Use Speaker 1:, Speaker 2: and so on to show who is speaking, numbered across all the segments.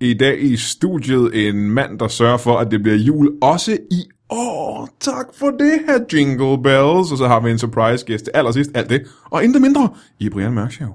Speaker 1: I dag i studiet en mand, der sørger for, at det bliver jul også i år. Tak for det her, Jingle Bells. Og så har vi en surprise gæst til allersidst. Alt det og intet mindre i Brian Mørkshow.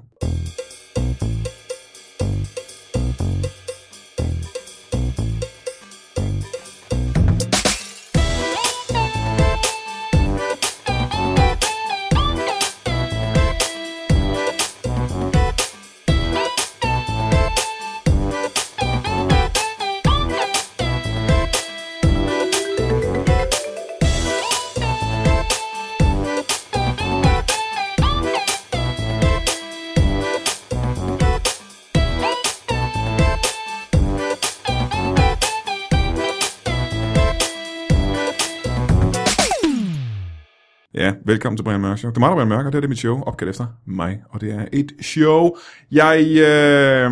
Speaker 1: Ja, velkommen til Brian Mørk Show. Det er mig, der er Brian Mørk, og det her det er mit show, opkaldt efter mig, og det er et show. Jeg øh,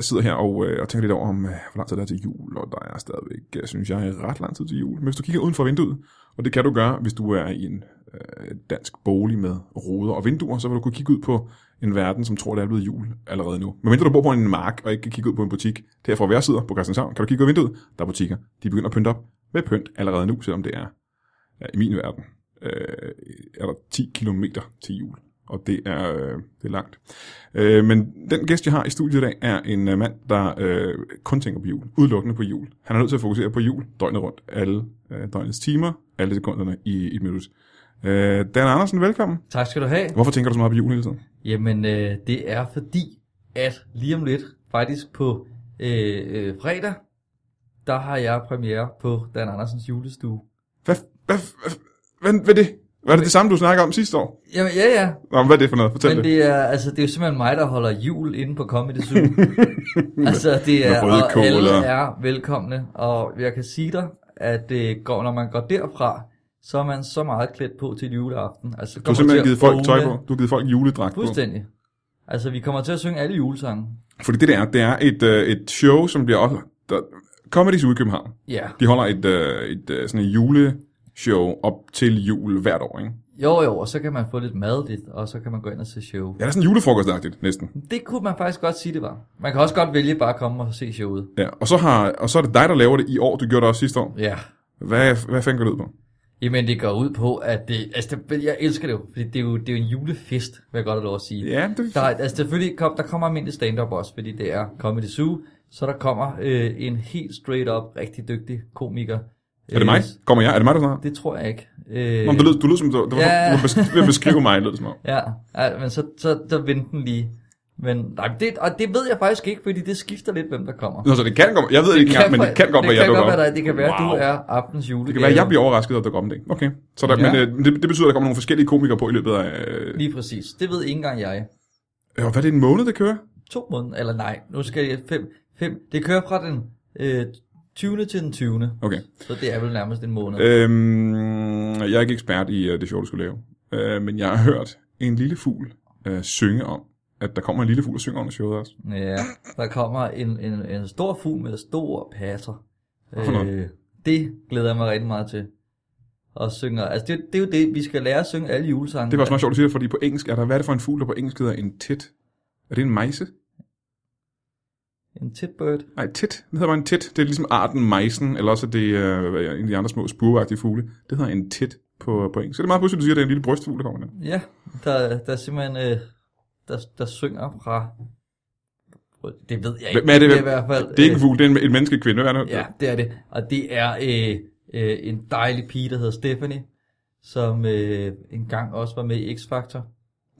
Speaker 1: sidder her og, øh, og tænker lidt over, om, øh, hvor lang tid der er til jul, og der er stadigvæk, øh, synes jeg, ret lang tid til jul. Men hvis du kigger uden for vinduet, og det kan du gøre, hvis du er i en øh, dansk bolig med ruder og vinduer, så vil du kunne kigge ud på en verden, som tror, det er blevet jul allerede nu. Men mindre du bor på en mark og ikke kan kigge ud på en butik, der fra hver side på Christianshavn, kan du kigge ud af vinduet, der er butikker. De begynder at pynte op med pynt allerede nu, selvom det er ja, i min verden øh, er der 10 kilometer til jul. Og det er, øh, det er langt. Øh, men den gæst, jeg har i studiet i dag, er en øh, mand, der øh, kun tænker på jul. Udelukkende på jul. Han er nødt til at fokusere på jul døgnet rundt. Alle øh, døgnets timer, alle sekunderne i et minut. Øh, Dan Andersen, velkommen.
Speaker 2: Tak skal du have.
Speaker 1: Hvorfor tænker du så meget på jul hele tiden?
Speaker 2: Jamen, øh, det er fordi, at lige om lidt, faktisk på øh, øh, fredag, der har jeg premiere på Dan Andersens julestue.
Speaker 1: Hvad, hvad, hvad, hvad, hvad er det? Var det det samme, du snakkede om sidste år?
Speaker 2: Jamen, ja, ja.
Speaker 1: Nå, men hvad er det for noget? Fortæl
Speaker 2: Men
Speaker 1: det.
Speaker 2: det er, altså, det er jo simpelthen mig, der holder jul inde på Comedy Zoo. altså, det er,
Speaker 1: med røde
Speaker 2: og
Speaker 1: kål
Speaker 2: alle
Speaker 1: og-
Speaker 2: er velkomne. Og jeg kan sige dig, at det går, når man går derfra, så er man så meget klædt på til juleaften. Altså,
Speaker 1: Du har simpelthen givet folk tøj på. Du har givet folk juledragt på.
Speaker 2: Fuldstændig. Altså, vi kommer til at synge alle julesange.
Speaker 1: Fordi det der, det er et, øh, et show, som bliver oplagt. Der, Comedies ude i København.
Speaker 2: Ja.
Speaker 1: De holder et, øh, et øh, sådan et juleshow op til jul hvert år, ikke?
Speaker 2: Jo, jo, og så kan man få lidt mad lidt, og så kan man gå ind og se show.
Speaker 1: Ja, det er sådan julefrokostagtigt, næsten.
Speaker 2: Det kunne man faktisk godt sige, det var. Man kan også godt vælge bare at komme og se showet.
Speaker 1: Ja, og så, har, og så er det dig, der laver det i år. Du gjorde det også sidste år.
Speaker 2: Ja.
Speaker 1: Hvad, hvad fanden går det ud på?
Speaker 2: Jamen, det går ud på, at det... Altså, det, jeg elsker det jo, fordi det er jo, det er jo en julefest, vil jeg godt have lov at sige.
Speaker 1: Ja, det
Speaker 2: Der, er- altså, selvfølgelig kom, der kommer almindelig stand-up også, fordi det er Comedy Zoo. Så der kommer øh, en helt straight-up, rigtig dygtig komiker. Øh,
Speaker 1: er det mig? Kommer jeg? Er det mig, der snakker?
Speaker 2: Det tror jeg ikke. Øh,
Speaker 1: Nå, men du lød, du lød som, du, du,
Speaker 2: Ja.
Speaker 1: du, du, du beskrive mig, lød det som om.
Speaker 2: Ja, ja, men så, så, så venter den lige. Men nej, det, og det ved jeg faktisk ikke, fordi det skifter lidt, hvem der kommer.
Speaker 1: Nå, så det kan godt, jeg ved det ikke engang, men det kan godt være, jeg
Speaker 2: det kan
Speaker 1: dukker
Speaker 2: godt være,
Speaker 1: op.
Speaker 2: dig. det kan være,
Speaker 1: wow.
Speaker 2: du er aftens jule. øh,
Speaker 1: Det kan være, jeg bliver overrasket, at der kommer det. Okay. Så der,
Speaker 2: Ja.
Speaker 1: men, øh, men det, det, betyder, at der kommer nogle forskellige komikere på i løbet af... Øh,
Speaker 2: Lige præcis. Det ved ikke engang jeg.
Speaker 1: øh, hvad er det, en måned, det kører?
Speaker 2: To måneder, eller nej, nu skal jeg fem. fem. Det kører fra den øh, 20. til den 20.
Speaker 1: Okay. Øh.
Speaker 2: Så det er vel nærmest en måned.
Speaker 1: Øhm, jeg er ikke ekspert i øh, det show, du skulle lave. Øh, men jeg har hørt en lille fugl øh, synge om, at der kommer en lille fugl og synger under showet også.
Speaker 2: Ja, der kommer en, en, en stor fugl med stor passer.
Speaker 1: Hvorfor noget?
Speaker 2: Øh, det glæder jeg mig rigtig meget til. Og synger, altså det, det er jo det, vi skal lære at synge alle julesange.
Speaker 1: Det var også meget sjovt, du siger det, fordi på engelsk er der, hvad er det for en fugl, der på engelsk hedder en tit? Er det en mejse?
Speaker 2: En titbird.
Speaker 1: Nej, tit. Den hedder bare en tit. Det er ligesom arten mejsen, eller også er det øh, hvad er en af de andre små spurvagtige fugle. Det hedder en tit på, på engelsk. Så det er meget pludselig, du siger, at det er en lille brystfugl, der kommer der.
Speaker 2: Ja, der, der er simpelthen, øh, der, der synger fra, det ved jeg ikke,
Speaker 1: Hvem er det?
Speaker 2: det er
Speaker 1: Hvem-
Speaker 2: i hvert fald,
Speaker 1: Det er ikke en
Speaker 2: øh,
Speaker 1: fugl, det er en, en menneskekvinde. Hvad er det?
Speaker 2: Ja, det er det, og det er øh, øh, en dejlig pige, der hedder Stephanie, som øh, engang også var med i X-Factor.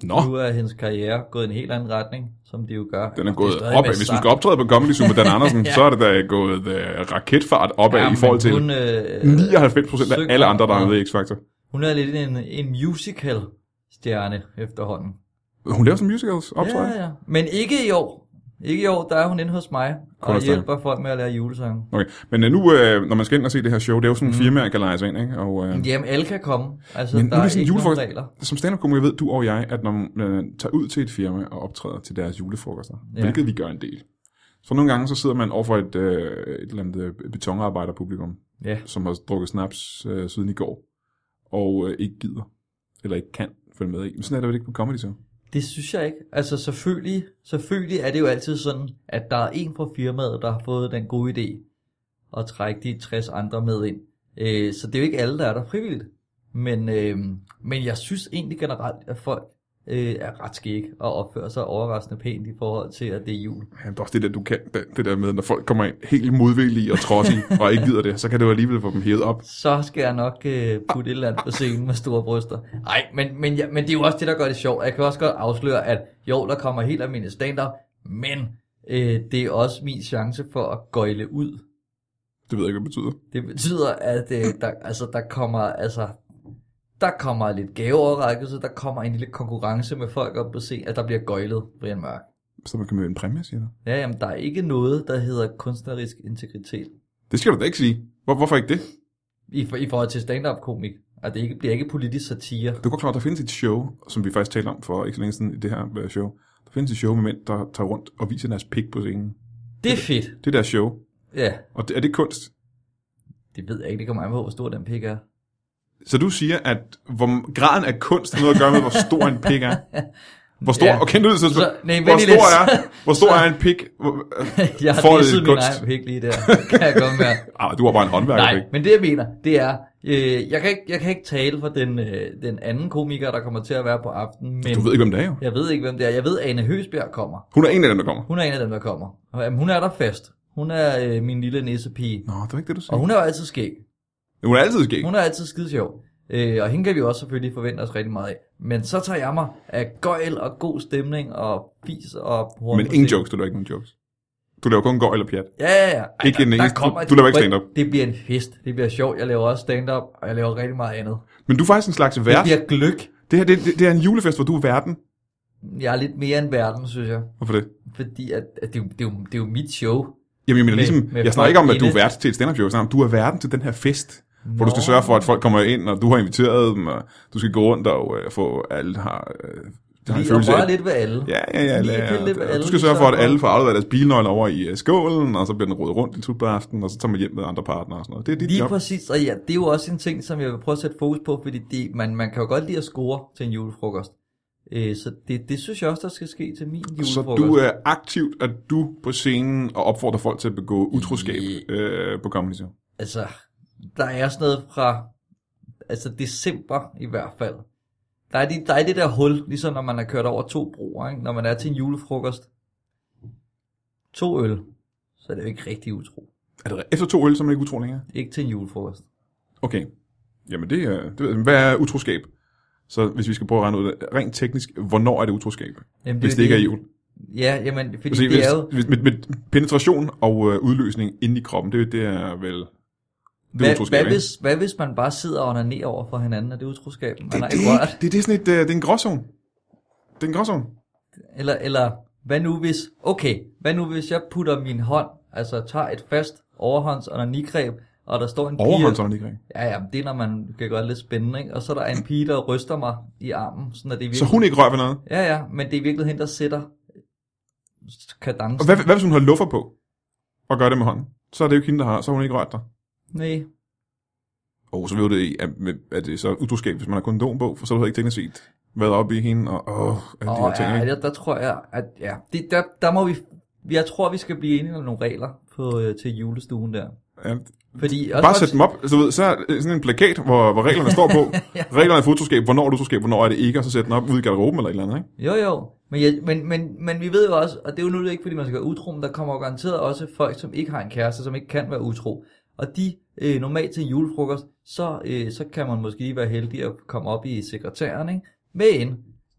Speaker 1: Nå,
Speaker 2: Nu er hendes karriere gået i en helt anden retning, som det jo gør.
Speaker 1: den er
Speaker 2: Og
Speaker 1: gået
Speaker 2: det stadig
Speaker 1: opad.
Speaker 2: med
Speaker 1: Hvis du
Speaker 2: sang.
Speaker 1: skal optræde på Comedy Zoo med Dan Andersen, så er det da gået øh, raketfart opad
Speaker 2: Ja,
Speaker 1: i forhold
Speaker 2: men
Speaker 1: til...
Speaker 2: Hun, øh,
Speaker 1: 99 procent af
Speaker 2: synger
Speaker 1: alle andre, der har
Speaker 2: og-
Speaker 1: været i X-Factor.
Speaker 2: Hun er lidt en, en musical-stjerne efterhånden.
Speaker 1: Hun laver sådan musicals, optræder.
Speaker 2: Ja, ja. Men ikke i år. Ikke i år, der er hun inde hos mig og
Speaker 1: Kunstner.
Speaker 2: hjælper folk med at lære julesange.
Speaker 1: Okay, men øh, nu, øh, når man skal ind og se det her show, det er jo sådan
Speaker 2: Mhm.
Speaker 1: en mm. firma, jeg kan lege sig ind, ikke? Og, øh,
Speaker 2: Jamen, alle kan komme. Altså,
Speaker 1: Men nu
Speaker 2: men
Speaker 1: er
Speaker 2: der
Speaker 1: det
Speaker 2: er
Speaker 1: sådan
Speaker 2: ikke nogen
Speaker 1: julefrokost.
Speaker 2: regler.
Speaker 1: som stand up ved du og jeg, at når man øh, tager ud til et firma og optræder til deres julefrokoster, ja.
Speaker 2: Ja.
Speaker 1: hvilket vi gør en del, så nogle gange så sidder man overfor et, øh, et eller andet øh, betonarbejderpublikum,
Speaker 2: Ja.
Speaker 1: som har drukket snaps øh, siden i går, og øh, ikke gider, eller ikke kan følge med i. Men sådan er det vel ikke på Comedy Show.
Speaker 2: Det synes jeg ikke. Altså selvfølgelig, selvfølgelig er det jo altid sådan, at der er en fra firmaet, der har fået den gode idé at trække de 60 andre med ind. Øh, så det er jo ikke alle, der er der frivilligt. Men, øh, men jeg synes egentlig generelt, at folk øh, er ret skæg og opfører sig overraskende pænt i forhold til, at det er jul.
Speaker 1: Ja, men det er også det der, du kan, det, det der med, når folk kommer ind helt modvillige og trodsige, og ikke gider det, så kan det jo alligevel få dem hævet op.
Speaker 2: Så skal jeg nok øh, putte et eller andet på scenen med store bryster. Nej, men, men, ja, men det er jo også det, der gør det sjovt. Jeg kan også godt afsløre, at jo, der kommer helt almindelig stand men øh, det er også min chance for at gøjle ud.
Speaker 1: Det ved jeg ikke, hvad det betyder.
Speaker 2: Det betyder, at øh, der, altså, der kommer altså der kommer lidt gaveoverrækkelse, der kommer en lille konkurrence med folk op på scenen, at der bliver gøjlet, Brian Mørk.
Speaker 1: Så man kan møde en præmie, siger du.
Speaker 2: Ja, jamen, der er ikke noget, der hedder kunstnerisk integritet
Speaker 1: Det skal du da ikke sige. Hvor, hvorfor ikke det?
Speaker 2: i, for, i forhold til stand-up-komik. Og det er ikke, bliver ikke politisk satire.
Speaker 1: Du er godt klar, over, der findes et show, som vi faktisk talte om for ikke så længe siden i det her øh, show. Der findes et show med mænd, der tager rundt og viser deres pik på scenen.
Speaker 2: Det er fedt.
Speaker 1: Det er deres show.
Speaker 2: Ja,
Speaker 1: Og det, er det kunst?
Speaker 2: det ved jeg ikke. Det kommer an på, hvor stor den pik er.
Speaker 1: Så du siger, at hvor graden af kunst har noget at gøre med, hvor stor en pik er? Hvor stor,
Speaker 2: Ja.
Speaker 1: ja. og kender du det så,
Speaker 2: Så- nej,
Speaker 1: hvor
Speaker 2: vent lige
Speaker 1: stor
Speaker 2: lidt.
Speaker 1: er, hvor stor er en pik? Hvor-
Speaker 2: Jeg har
Speaker 1: Får det
Speaker 2: misset min
Speaker 1: kunst?
Speaker 2: egen pik lige der. Kan jeg komme med?
Speaker 1: Ah, du har bare en håndværker,
Speaker 2: Nej, men det jeg mener, det er, øh, jeg, kan ikke, jeg kan ikke tale for den, øh, den anden komiker, der kommer til at være på aftenen, men
Speaker 1: Du ved ikke, hvem det er jo.
Speaker 2: jeg ved ikke, hvem det er. Jeg ved, at Ane Høsbjerg kommer.
Speaker 1: Hun er en af dem, der kommer.
Speaker 2: Hun er en af dem, der kommer. Og, Jamen, hun er der fast. Hun er øh, min lille nissepige.
Speaker 1: Nå, det var ikke det, du
Speaker 2: Og
Speaker 1: sagde.
Speaker 2: hun er jo altid skæg.
Speaker 1: Hun er altid skæg.
Speaker 2: Hun er altid skide sjov. Øh, og hende kan vi jo også selvfølgelig forvente os rigtig meget af. Men så tager jeg mig af gøjl og god stemning og fis og horn.
Speaker 1: Men
Speaker 2: på
Speaker 1: ingen
Speaker 2: scenen.
Speaker 1: jokes, du laver ikke nogen jokes. Du laver kun går eller pjat.
Speaker 2: Ja, ja, ja.
Speaker 1: Ikke en eneste-
Speaker 2: kommer
Speaker 1: du
Speaker 2: et
Speaker 1: laver ikke
Speaker 2: bredt-
Speaker 1: stand-up.
Speaker 2: Det bliver en fest. Det bliver sjovt. Jeg laver også stand-up, og jeg laver rigtig meget andet.
Speaker 1: Men du er faktisk en slags
Speaker 2: Det
Speaker 1: vært.
Speaker 2: bliver gløk.
Speaker 1: Det her det, det, det er en julefest, hvor du er verden.
Speaker 2: Jeg er lidt mere end verden, synes jeg.
Speaker 1: Hvorfor det?
Speaker 2: Fordi at, at det, er jo, det, er jo, det er jo mit show.
Speaker 1: Jamen, jeg, mener,
Speaker 2: Med-
Speaker 1: ligesom,
Speaker 2: med
Speaker 1: jeg snakker ikke om,
Speaker 2: folk
Speaker 1: at du er
Speaker 2: inde.
Speaker 1: vært til et stand-up show. Jeg snakker om, du er verden til den her fest. Hvor du skal
Speaker 2: Nå.
Speaker 1: sørge for, at folk kommer ind, og du har inviteret dem, og du skal gå rundt og øh, få alle har... Øh, der har en
Speaker 2: Lige at
Speaker 1: følelse af,
Speaker 2: røre lidt ved alle.
Speaker 1: Ja, ja, ja.
Speaker 2: Lige
Speaker 1: ja,
Speaker 2: pille lidt ved
Speaker 1: ja.
Speaker 2: alle,
Speaker 1: Du skal
Speaker 2: lige
Speaker 1: sørge for,
Speaker 2: sørge
Speaker 1: at
Speaker 2: for-
Speaker 1: alle får afleveret deres bilnøgler over i øh, skålen, og så bliver den rodet rundt i slut aften, og så tager man hjem med andre partnere og sådan noget. Det er dit
Speaker 2: Lige
Speaker 1: job.
Speaker 2: præcis, og ja, det er jo også en ting, som jeg vil prøve at sætte fokus på, fordi det, man, man kan jo godt lide at score til en julefrokost. Øh, så det, det synes jeg også, der skal ske til min julefrokost.
Speaker 1: Så du er aktivt, at du på scenen og opfordrer folk til at begå utroskab øh, på Comedy Zoo.
Speaker 2: Altså, der er sådan noget fra, altså december i hvert fald. Der er, de, der er det der hul, ligesom når man har kørt over to broer, ikke? når man er til en julefrokost. To øl, så er det jo ikke rigtig utro.
Speaker 1: Er det efter to øl, så er man ikke utro længere?
Speaker 2: Ikke til en julefrokost.
Speaker 1: Okay. Jamen det, er- det ved jeg. Hvad er utroskab? Så hvis vi skal prøve at regne ud af det, rent teknisk, hvornår er det utroskab?
Speaker 2: Jamen,
Speaker 1: Hvis
Speaker 2: jo
Speaker 1: det ikke er jul.
Speaker 2: Ja, jamen, fordi
Speaker 1: Fordi
Speaker 2: det er jo...
Speaker 1: hvis, hvis, med, med penetration og øh, udløsning inde i kroppen, det, det er vel... Det er
Speaker 2: Hvad,
Speaker 1: utroskab,
Speaker 2: hvad,
Speaker 1: ikke?
Speaker 2: hvis, hvad hvis man bare sidder og onanerer over for hinanden? Er det utroskab? Man har
Speaker 1: det,
Speaker 2: ikke rørt.
Speaker 1: det, det, det er sådan et, øh, det er en gråzone. Det er en gråzone.
Speaker 2: Eller, eller hvad nu hvis... Okay, hvad nu hvis jeg putter min hånd, altså tager et fast overhånds onanigreb, og der står en pige...
Speaker 1: Overhåndsånd, ikke?
Speaker 2: Ja, ja, det er, når man kan gøre det lidt spændende, ikke? Og så er der en pige, der ryster mig i armen, sådan at det er virkelig...
Speaker 1: Så hun ikke rører ved noget.
Speaker 2: Ja, ja, men det er virkelig hende, der sætter
Speaker 1: Og
Speaker 2: kadencen.
Speaker 1: hvad, hvad hvis hun har luffer på og gør det med hånden? Så er det jo ikke hende, der har, så har hun ikke rørt dig.
Speaker 2: Nej,
Speaker 1: Og så ved du, at, at det er så utroskab, hvis man har kondom på, for så har du ikke teknisk set været oppe i hende og åh, alle de
Speaker 2: Åh,
Speaker 1: her ting.
Speaker 2: ja,
Speaker 1: Ikke?
Speaker 2: der, der tror jeg, at ja, det, der, der må vi... Jeg tror, vi skal blive enige om nogle regler på, øh, til julestuen der.
Speaker 1: Ja.
Speaker 2: Fordi også
Speaker 1: Bare sæt dem op, så, ved, så er det sådan en plakat, hvor, hvor reglerne står på.
Speaker 2: Ja.
Speaker 1: Reglerne for utroskab, hvornår er det utroskab, hvornår er det ikke, og så sæt den op ude i garderoben eller et eller andet. Ikke?
Speaker 2: Jo, jo. Men, jeg, men, men, men vi ved jo også, og det er jo nu ikke, fordi man skal være utro, men der kommer jo garanteret også folk, som ikke har en kæreste, som ikke kan være utro. Og de, øh, normalt til en julefrokost, så, øh, så kan man måske lige være heldig at komme op i sekretæren, ikke? Men,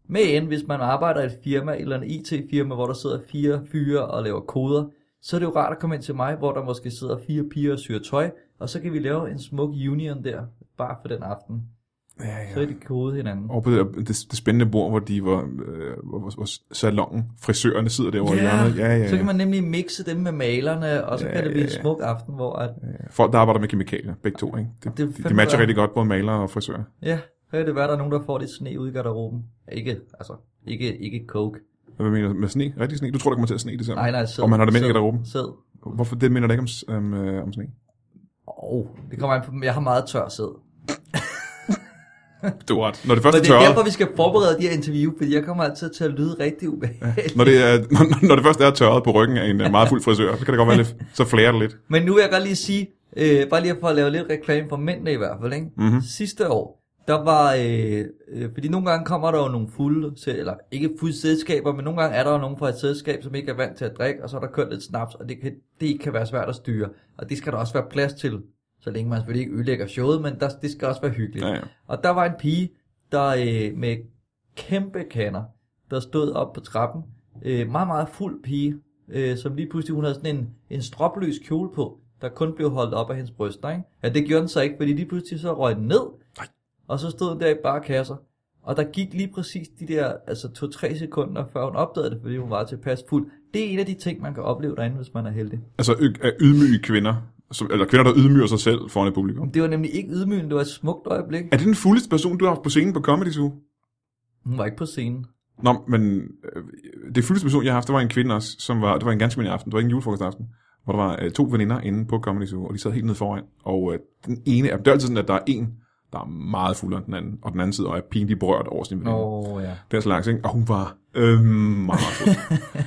Speaker 2: men hvis man arbejder i et firma, eller en IT-firma, hvor der sidder fire fyre og laver koder, så er det jo rart at komme ind til mig, hvor der måske sidder fire piger og syr tøj, og så kan vi lave en smuk union der, bare for den aften.
Speaker 1: Ja, ja.
Speaker 2: Så er de kode hinanden.
Speaker 1: over på det, der, det, det spændende bord, hvor de var, øh, hvor, hvor, hvor salongen, frisørerne sidder derovre i hjørnet. Ja, ja, ja.
Speaker 2: Så kan man nemlig mixe dem med malerne, og så
Speaker 1: Ja,
Speaker 2: kan det blive
Speaker 1: ja, ja.
Speaker 2: en smuk aften, hvor at,
Speaker 1: Folk, der arbejder med kemikalier, begge to. Ikke? Det,
Speaker 2: Det er
Speaker 1: det de
Speaker 2: fandme
Speaker 1: matcher
Speaker 2: værd.
Speaker 1: rigtig godt, både malere og frisører.
Speaker 2: ja, så kan det være, der er nogen, der får lidt sne ud i garderoben. Ikke, altså, ikke, ikke coke.
Speaker 1: Hvad mener du med sne? Rigtig sne? Du tror, der kommer til at sne det sammen?
Speaker 2: Nej, nej, sæd.
Speaker 1: Og man har det med i
Speaker 2: sæd,
Speaker 1: garderoben?
Speaker 2: Sæd.
Speaker 1: Hvorfor det minder dig ikke om, om, øh, om sne?
Speaker 2: Åh, oh, det kommer an på, jeg har meget tør sæd.
Speaker 1: Du har ret. Når det først
Speaker 2: Men
Speaker 1: er
Speaker 2: det er
Speaker 1: tørret,
Speaker 2: derfor, vi skal forberede de her interview, fordi jeg kommer altid til at lyde rigtig ubehageligt.
Speaker 1: når det, er, når, når det først er tørret på ryggen af en øh, meget fuld frisør, så kan det godt være lidt, så flærer det lidt.
Speaker 2: Men nu vil jeg godt lige sige, øh, bare lige for at lave lidt reklame for mændene i hvert fald, ikke?
Speaker 1: Mhm.
Speaker 2: Sidste år, der var, øh, øh, fordi nogle gange kommer der jo nogle fulde, til- eller ikke fulde selskaber, men nogle gange er der jo nogen fra et selskab, som ikke er vant til at drikke, og så er der kørt lidt snaps, og det kan, det kan være svært at styre. Og det skal der også være plads til, så længe man selvfølgelig ikke ødelægger showet, men der, det skal også være hyggeligt.
Speaker 1: Ja, ja.
Speaker 2: Og der var en pige, der øh, med kæmpe kander, der stod op på trappen. Øh, meget, meget fuld pige, øh, som lige pludselig, hun havde sådan en, en stropløs kjole på, der kun blev holdt op af hendes bryster. Ikke? Ja, det gjorde den så ikke, fordi lige pludselig så røg den ned,
Speaker 1: Nej.
Speaker 2: og så stod den der i bare kasser. Og der gik lige præcis de der altså 2-3 sekunder, før hun opdagede det, fordi hun var tilpas fuld. Det er en af de ting, man kan opleve derinde, hvis man er heldig.
Speaker 1: Altså ø- af ydmyge kvinder, som, eller kvinder, der ydmyger sig selv foran et publikum.
Speaker 2: Det var nemlig ikke ydmygende, det var et smukt øjeblik.
Speaker 1: Er det den fuldeste person, du har haft på scenen på Comedy Zoo?
Speaker 2: Hun var ikke på scenen.
Speaker 1: Nå, men øh, det fuldeste person, jeg har haft, det var en kvinde også, som var, det var en ganske almindelig aften, det var ikke en julefrokostaften, hvor der var øh, to veninder inde på Comedy Zoo, og de sad helt nede foran, og øh, den ene af dem, det er altid sådan, at der er en, der er meget fuldere end den anden, og den anden sidder og er pinligt berørt over sin veninde.
Speaker 2: Åh, oh, ja.
Speaker 1: den slags, ikke? og hun var øh, meget, meget fuld.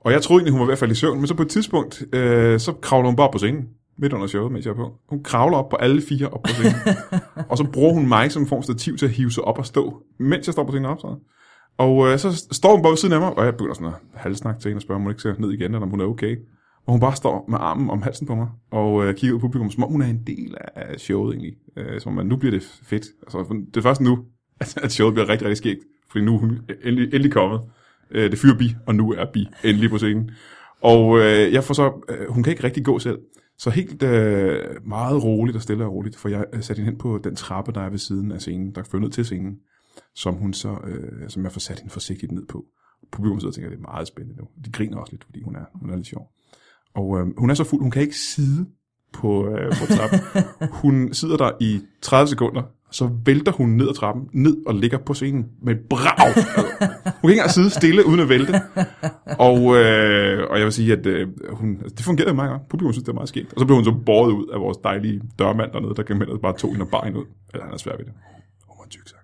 Speaker 1: og jeg troede egentlig, hun var ved at falde i søvn, men så på et tidspunkt, øh, så kravler hun bare op på scenen, midt under showet, mens jeg er på. Hun kravler op på alle fire op på scenen, og så bruger hun mig som en form for stativ til at hive sig op og stå, mens jeg står på scenen og optræder. Og øh, så står hun bare ved siden af mig, og jeg begynder sådan at halvsnakke til hende og spørge, om hun ikke ser ned igen, eller om hun er okay. Og hun bare står med armen om halsen på mig, og øh, kigger ud på publikum, som om hun er en del af showet egentlig. Øh, som om, at nu bliver det fedt. Altså, det er først nu, at at showet bliver rigtig, rigtig skægt. Fordi nu er hun endelig, endelig kommet. Øh, det fyrer bi, og nu er bi endelig på scenen. Og øh, jeg får så, øh, hun kan ikke rigtig gå selv. Så helt øh, meget roligt og stille og roligt, for jeg øh, satte hende hen på den trappe, der er ved siden af scenen, der fører ned til scenen som hun så, øh, som jeg får sat hende forsigtigt ned på. Publikum sidder og tænker, at det er meget spændende nu. De griner også lidt, fordi hun er, hun er lidt sjov. Og øh, hun er så fuld, hun kan ikke sidde på, øh, på trappen. hun sidder der i 30 sekunder, så vælter hun ned ad trappen, ned og ligger på scenen med et brag. hun kan ikke engang sidde stille uden at vælte. Og, øh, og jeg vil sige, at øh, hun, altså, det fungerede meget godt. Publikum synes, det var meget skægt. Og så blev hun så båret ud af vores dejlige dørmand dernede, der gennem bare tog hende og bar hende ud. Eller han er svær ved det. Hun var en tyk sak.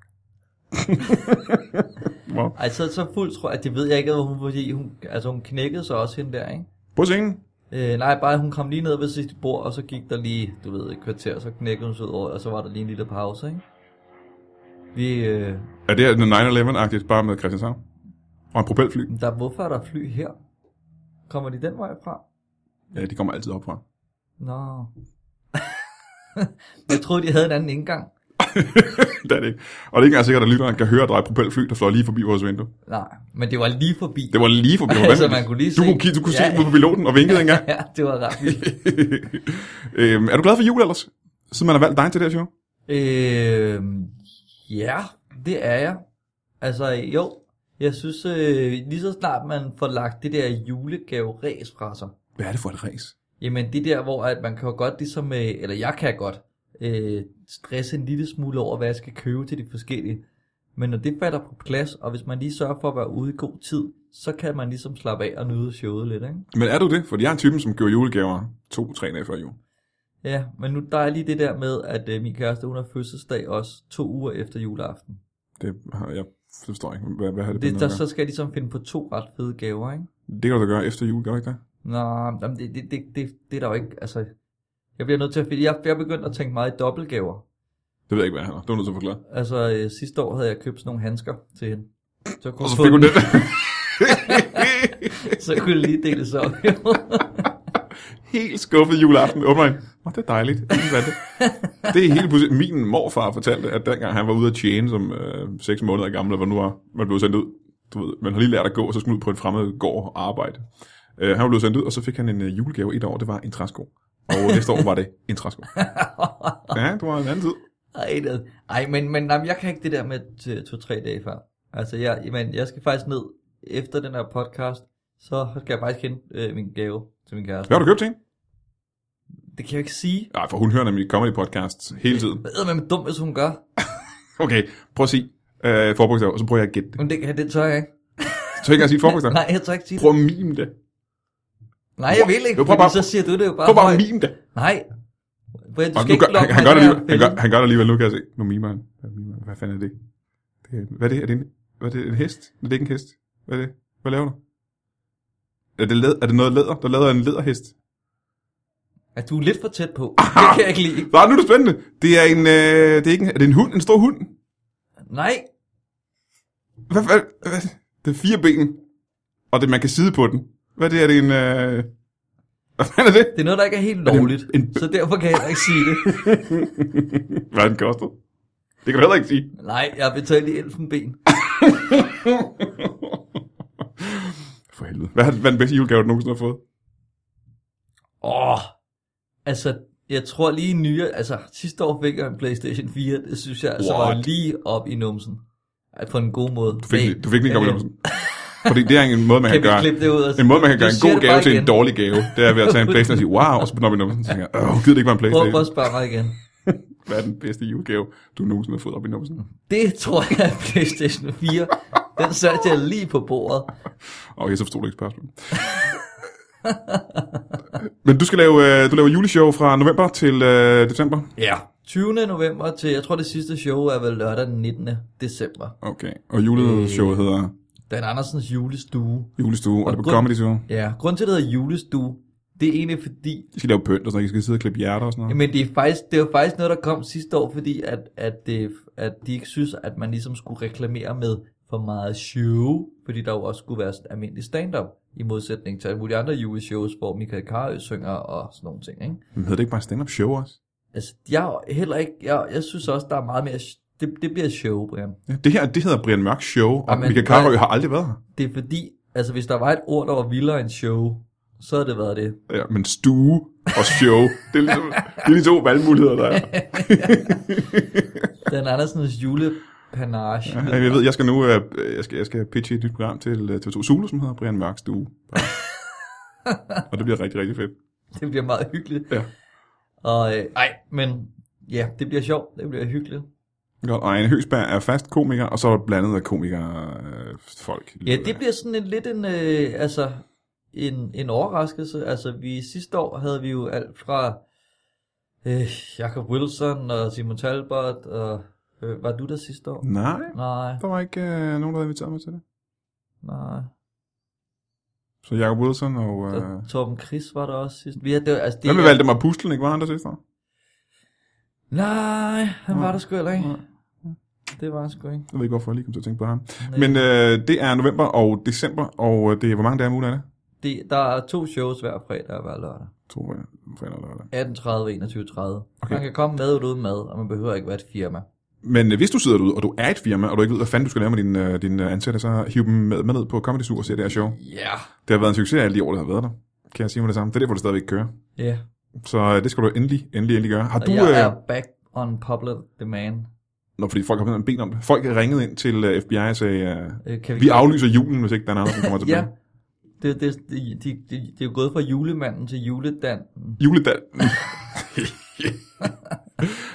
Speaker 1: wow.
Speaker 2: Ej, så, så fuldt tror jeg, det ved jeg ikke, at hun, fordi hun, altså hun knækkede sig også hende der, ikke?
Speaker 1: På scenen.
Speaker 2: Øh, nej, bare hun kom lige ned ved sidste bord, og så gik der lige, du ved, et kvarter, så knækkede hun sig ud over, og så var der lige en lille pause, ikke? Vi, øh,
Speaker 1: Er det her den 9-11-agtigt, bare med Christianshavn? Og en propelfly?
Speaker 2: der, hvorfor er der fly her? Kommer de den vej fra?
Speaker 1: Ja, de kommer altid op fra.
Speaker 2: Nå. jeg troede, de havde en anden indgang.
Speaker 1: det er det ikke. Og det er ikke engang sikkert, at lytteren kan høre, at der er et propelfly, der flår lige forbi vores vindue.
Speaker 2: Nej, men det var lige forbi.
Speaker 1: Det var lige forbi. Det var
Speaker 2: Altså,
Speaker 1: vanvittigt.
Speaker 2: man kunne lige
Speaker 1: du
Speaker 2: se-
Speaker 1: Kunne, kigge- du kunne
Speaker 2: Ja.
Speaker 1: se ud på piloten og vinkede engang.
Speaker 2: Ja, det var ret vildt.
Speaker 1: øhm, er du glad for jul ellers? Siden man har valgt dig til det her show?
Speaker 2: Øh, ja, det er jeg. Altså, jo. Jeg synes, øh, lige så snart man får lagt det der julegaveræs fra sig,
Speaker 1: Hvad er det for et race?
Speaker 2: jamen det der, hvor at man kan jo godt ligesom, øh, eller jeg kan godt, øh, stresse en lille smule over, hvad jeg skal købe til de forskellige. Men når det falder på plads, og hvis man lige sørger for at være ude i god tid, så kan man ligesom slappe af og nyde showet lidt, ikke?
Speaker 1: Men er du det? Fordi jeg er typen, som gjorde julegaver to-tre dage før jul.
Speaker 2: Ja, men nu der er lige det der med, at øh, min kæreste, hun har fødselsdag også to uger efter juleaften.
Speaker 1: Det har jeg forstår ikke. Hvad, hvad har det,
Speaker 2: Det,
Speaker 1: det,
Speaker 2: der,
Speaker 1: at gøre?
Speaker 2: så skal jeg ligesom finde på to ret fede gaver, ikke?
Speaker 1: det kan du da gøre efter jul, gør du ikke det?
Speaker 2: Nå, jamen det, det, det, det, det er der jo ikke, altså... Jeg bliver nødt til at... fordi Jeg, jeg er begyndt at tænke meget i dobbeltgaver.
Speaker 1: Det ved jeg ikke, hvad han har. Det var nødt til at forklare.
Speaker 2: Altså, øh, sidste år havde jeg købt sådan nogle handsker til hende. Så kunne,
Speaker 1: Og så
Speaker 2: få
Speaker 1: fik hun
Speaker 2: den-
Speaker 1: det.
Speaker 2: så kunne det lige deles op.
Speaker 1: helt skuffet juleaften. Åbner en. Åh, det er dejligt. Jeg synes, hvad Det er. det er helt pludselig. Min morfar fortalte, at dengang han var ude at tjene som øh, 6 måneder gammel, eller hvad nu var, man blev sendt ud. Du ved, man har lige lært at gå, og så skulle man ud på en fremmed gård og arbejde. Øh, han var blevet sendt ud, og så fik han en øh, julegave et år. Det var en træsko. Og næste år var det en træsko. Ja, det var en anden tid.
Speaker 2: Ej, det, ej, men, men jamen, jeg kan ikke det der med t- to-tre dage før. Altså, jeg, jamen, jeg skal faktisk ned efter den her podcast, så skal jeg faktisk kende øh, min gave til min kæreste.
Speaker 1: Hvad har du købt til hende?
Speaker 2: Det kan jeg jo ikke sige.
Speaker 1: Nej, for hun hører nemlig comedy podcast hele tiden.
Speaker 2: Hvad er med dumt, hvis hun gør?
Speaker 1: Okay, prøv at sige øh, forbrugsdag, og så prøver jeg at gætte det.
Speaker 2: Men det, kan- det tør jeg ikke.
Speaker 1: Så jeg kan sige forbrugsdag.
Speaker 2: Nej, jeg tør ikke sige det.
Speaker 1: Prøv at mime det.
Speaker 2: Nej, jeg vil ikke,
Speaker 1: Jo, prøv
Speaker 2: fordi
Speaker 1: bare-
Speaker 2: så siger du det jo bare.
Speaker 1: Prøv bare at
Speaker 2: højt.
Speaker 1: mime det.
Speaker 2: Nej. Brian, du
Speaker 1: Og
Speaker 2: skal
Speaker 1: nu
Speaker 2: ikke
Speaker 1: gør,
Speaker 2: lokke
Speaker 1: han, han, gør det
Speaker 2: mig
Speaker 1: alligevel,
Speaker 2: der.
Speaker 1: han, gør, han gør det alligevel, nu kan jeg se. Nu mimer han. Han mimer. Hvad fanden er det? det er, hvad er det? Er det, en, hvad er det en hest? Det er ikke en hest. Hvad er det? Hvad laver du? Er det, led, er det noget læder? Der lader en læderhest.
Speaker 2: At du er lidt for tæt på. Det kan jeg ikke lide.
Speaker 1: Nej, nu er det spændende. Det er en, øh, det er ikke en, er det en hund? En stor hund?
Speaker 2: Nej.
Speaker 1: Hvad, hvad, hvad? Det er fire ben. Og det, man kan sidde på den. Hvad er det? Er det en... Øh, hvad fanden er det?
Speaker 2: Det er noget, der ikke er helt lovligt.
Speaker 1: Altså, en bø-
Speaker 2: Så derfor kan jeg heller ikke sige det.
Speaker 1: Hvad har den kostet? Det kan du heller ikke sige.
Speaker 2: Nej, jeg har betalt i elfenben.
Speaker 1: For helvede. Hvad har hvad er den bedste julegave, du nogensinde har fået?
Speaker 2: Åh, oh, altså, jeg tror lige nyere, altså sidste år fik jeg en Playstation 4, det synes jeg altså var
Speaker 1: What?
Speaker 2: lige op i numsen. Ej, På en god måde.
Speaker 1: Du fik,
Speaker 2: Hey,
Speaker 1: den- du fik den ikke op i
Speaker 2: øh,
Speaker 1: numsen. Fordi det er en måde, man kan,
Speaker 2: Kan vi
Speaker 1: gøre...
Speaker 2: klippe det ud? og-
Speaker 1: En måde, man kan
Speaker 2: Du
Speaker 1: gøre en
Speaker 2: siger
Speaker 1: god
Speaker 2: det
Speaker 1: gave
Speaker 2: bare
Speaker 1: til en
Speaker 2: igen.
Speaker 1: dårlig gave, det er ved at tage en Playstation og sige, wow, og så op i numsen, og tænker, jeg, åh, gider det ikke være en
Speaker 2: Prøv, prøv
Speaker 1: Playstation?
Speaker 2: at spørge mig igen.
Speaker 1: Hvad er den bedste julegave, du nogensinde har fået op i numsen?
Speaker 2: Det tror jeg er Playstation 4. Den satte jeg lige på bordet.
Speaker 1: Og jeg så forstod du ikke spørgsmålet. Men du skal lave, øh, du laver juleshow fra november til øh, december.
Speaker 2: Ja. 20. november til, jeg tror det sidste show er vel lørdag den 19. december.
Speaker 1: Okay, og juleshowet
Speaker 2: Øh.
Speaker 1: hedder
Speaker 2: Dan Andersens julestue.
Speaker 1: Julestue, og det er på
Speaker 2: grund-
Speaker 1: Comedy Zoo.
Speaker 2: Ja, grund til, at det hedder julestue, det er egentlig fordi,
Speaker 1: I skal lave pynt og sådan noget. I skal sidde og klippe hjerter og sådan noget.
Speaker 2: Men det er faktisk, det var faktisk noget, der kom sidste år, fordi at, at, det, at de ikke synes, at man ligesom skulle reklamere med for meget show, fordi der jo også skulle være sådan almindelig stand-up, i modsætning til alle mulige andre juleshows, hvor Michael Carøe synger og sådan nogle ting, ikke?
Speaker 1: Men hedder det ikke bare stand-up show også?
Speaker 2: Altså, jeg er jo heller ikke, jeg, jeg synes også, der er meget mere, sh- det, det bliver show, Brian.
Speaker 1: Ja, det her, det hedder Brian Mørk Show, og
Speaker 2: Jamen,
Speaker 1: Michael
Speaker 2: hvad-
Speaker 1: Carøe har aldrig været her.
Speaker 2: Det er fordi, altså hvis der var et ord, der var vildere end show, så havde det været det.
Speaker 1: Ja, men stue og show, det er ligesom det er de to valgmuligheder, der er.
Speaker 2: Dan Andersens julepanage.
Speaker 1: Ja, jeg ved, jeg skal nu øh, jeg skal, jeg skal pitche et nyt program til øh, TV2 Zulu, som hedder Brian Mørk Stue. og det bliver rigtig, rigtig fedt.
Speaker 2: Det bliver meget hyggeligt.
Speaker 1: Ja.
Speaker 2: Og øh, ej, men ja, det bliver sjovt, det bliver hyggeligt.
Speaker 1: Godt, og Anne Høsberg er fast komiker, og så er der blandet af komikere øh, folk.
Speaker 2: Ja, det bliver sådan en lidt en, øh, altså, en, en overraskelse. Altså, vi sidste år havde vi jo alt fra øh, Jacob Wilson og Simon Talbot, og øh, var du der sidste år?
Speaker 1: Nej,
Speaker 2: Nej,
Speaker 1: der var ikke øh, nogen, der havde inviteret mig til det.
Speaker 2: nej.
Speaker 1: Så Jacob Wilson og... Øh,
Speaker 2: Og Torben Chris var der også sidste vi havde, det, var- altså, det
Speaker 1: hvem
Speaker 2: er-
Speaker 1: valgte mig puslen, ikke? Var han der sidste år?
Speaker 2: Nej, han var der sgu heller ikke.
Speaker 1: Nej.
Speaker 2: Det var han sgu ikke.
Speaker 1: Jeg ved ikke, hvorfor jeg lige kom til at tænke på ham.
Speaker 2: Nej.
Speaker 1: Men øh, det er november og december, og øh, det er, hvor mange dage om ugen er det?
Speaker 2: Det, der er to shows hver fredag og hver lørdag.
Speaker 1: To øh, fredag og lørdag.
Speaker 2: 18.30, 21.30.
Speaker 1: Okay.
Speaker 2: Okay. Man kan komme med eller uden mad, og man behøver ikke være et firma.
Speaker 1: Men øh, hvis du sidder derude, og du er et firma, og du ikke ved, hvad fanden du skal lave med dine øh, din, øh, ansatte, så hiv dem med, med ned på Comedy Zoo og se det her show.
Speaker 2: Ja.
Speaker 1: Det har været en succes alle de år, der har været der. Kan jeg sige mig det samme? Det er derfor, det stadigvæk kører.
Speaker 2: Ja.
Speaker 1: Så øh, det skal du endelig, endelig, endelig gøre. Har
Speaker 2: Og
Speaker 1: du... øh,
Speaker 2: jeg er back on public demand.
Speaker 1: Nå, fordi folk har simpelthen bedt om det. Folk ringede ind til øh, FBI og sagde, øh,
Speaker 2: Øh, kan
Speaker 1: vi aflyser julen, hvis ikke Dan Andersen kommer tilbage.
Speaker 2: Ja. Det, det, det, de, de, det er jo gået fra julemanden til juledanden.
Speaker 1: Juledal.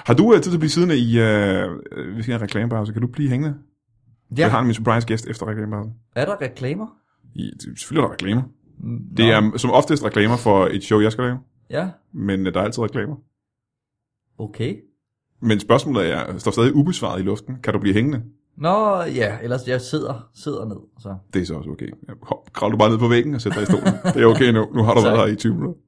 Speaker 1: har du øh, tid til at blive siddende i... Øh, øh, vi skal have en reklamepause. Kan du blive hængende? Ja.
Speaker 2: Ja.
Speaker 1: Jeg har min surprise gæst efter reklamepausen.
Speaker 2: Er der reklamer?
Speaker 1: I, selvfølgelig er der reklamer.
Speaker 2: Mm,
Speaker 1: Det
Speaker 2: nå.
Speaker 1: er som oftest reklamer for et show, jeg skal lave.
Speaker 2: Ja,
Speaker 1: Men øh, der er altid reklamer.
Speaker 2: okay.
Speaker 1: Men spørgsmålet er, står stadig ubesvaret i luften. Kan du blive hængende?
Speaker 2: Nå, ja, ellers jeg sidder, sidder ned. Så.
Speaker 1: Det er så også okay. Ja, hop, Kravl du bare ned på væggen og sæt dig i stolen. Det er okay nu. Nu har du
Speaker 2: Tak.
Speaker 1: været her i 20 minutter.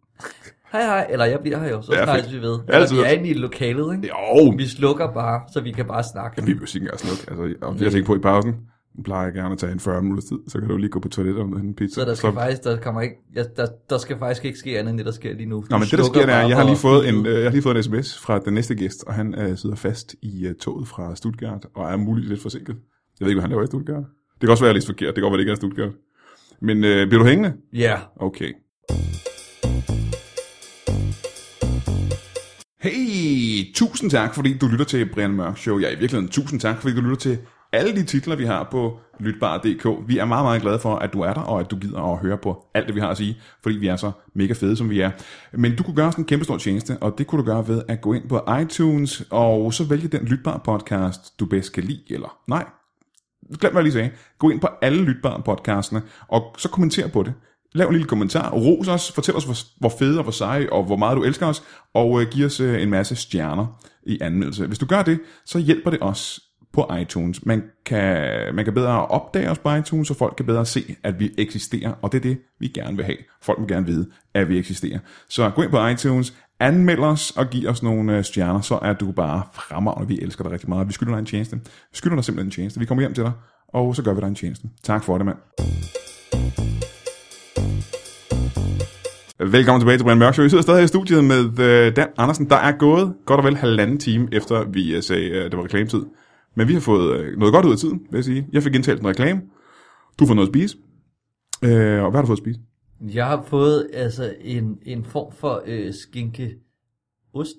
Speaker 2: Hej hej, eller jeg bliver her jo, så
Speaker 1: Ja,
Speaker 2: ja,
Speaker 1: fedt.
Speaker 2: snakkes vi ved.
Speaker 1: Ja, altid.
Speaker 2: Eller vi er inde i lokalet, ikke?
Speaker 1: Jo,
Speaker 2: Vi slukker bare, så vi kan bare snakke.
Speaker 1: vi vil jo sikkert slukke. Altså, og jeg tænker på i pausen. Nu plejer jeg gerne at tage en 40 minutters tid, så kan du lige gå på toilettet og hente en pizza.
Speaker 2: Så der skal faktisk, der kommer ikke, ja, der, der skal faktisk ikke ske andet, end det, der sker lige nu.
Speaker 1: Nå, men det der sker, det er, jeg har lige fået en, øh, jeg har lige fået en sms fra den næste gæst, og han øh, sidder fast i øh, toget fra Stuttgart, og er muligvis lidt forsinket. Jeg ved ikke, hvad han laver i Stuttgart. Det kan også være, at jeg er lidt forkert. Det kan godt være, det ikke er Stuttgart. Men øh, bliver du hængende?
Speaker 2: Ja,
Speaker 1: Okay. Hey, tusind tak, fordi du lytter til Brian Mørk Show. Ja, i virkeligheden tusind tak, fordi du lytter til alle de titler, vi har på lytbar.dk. Vi er meget, meget glade for, at du er der, og at du gider at høre på alt det, vi har at sige, fordi vi er så mega fede, som vi er. Men du kunne gøre os en kæmpe stor tjeneste, og det kunne du gøre ved at gå ind på iTunes, og så vælge den lytbar podcast, du bedst kan lide, eller nej, glem hvad jeg lige sagde. Gå ind på alle lytbare podcastene, og så kommenter på det. Lav en lille kommentar, ros os, fortæl os, hvor, hvor fede og hvor seje, og hvor meget du elsker os, og øh, giv os øh, en masse stjerner i anmeldelse. Hvis du gør det, så hjælper det os på iTunes. Man kan, man kan bedre opdage os på iTunes, så folk kan bedre se, at vi eksisterer, og det er det, vi gerne vil have. Folk må gerne vide, at vi eksisterer. Så gå ind på iTunes, anmeld os og giv os nogle øh, stjerner, så er du bare fremragende. Vi elsker dig rigtig meget. Vi skylder dig en tjeneste. Vi skylder dig simpelthen en tjeneste. Vi kommer hjem til dig, og så gør vi dig en tjeneste. Tak for det, mand. Velkommen tilbage til Brian Mørk Show. Vi sidder stadig her i studiet med øh, Dan Andersen. Der er gået godt og vel halvanden time, efter vi øh, sagde, øh, det var reklametid. Men vi har fået øh, noget godt ud af tiden, vil jeg sige. Jeg fik indtalt en reklame. Du får noget at spise. Øh, og hvad har du fået at spise?
Speaker 2: Jeg har fået altså en, en form for øh, skinke ost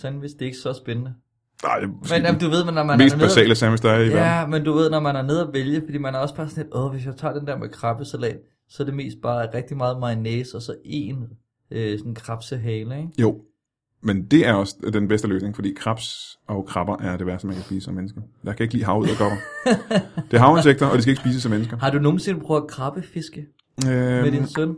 Speaker 2: sandwich. Det er ikke så spændende.
Speaker 1: Nej, det er måske
Speaker 2: Men
Speaker 1: den
Speaker 2: jamen, du ved, når man
Speaker 1: mest
Speaker 2: er nede...
Speaker 1: basale sandwich, der er i ja. verden.
Speaker 2: Ja, men du ved, når man er nede og vælge, fordi man er også bare sådan lidt, åh, hvis jeg tager den der med krabbesalat, så er det mest bare rigtig meget mayonnaise, og så en øh, sådan krabsehale, ikke?
Speaker 1: Jo, men det er også den bedste løsning, fordi krebs og krabber er det værste, man kan spise som mennesker. Jeg kan ikke lide havet og kopper. det er havinsekter, og de skal ikke spises som mennesker.
Speaker 2: Har du nogensinde prøvet krabbefiske
Speaker 1: Øhm,
Speaker 2: med din søn?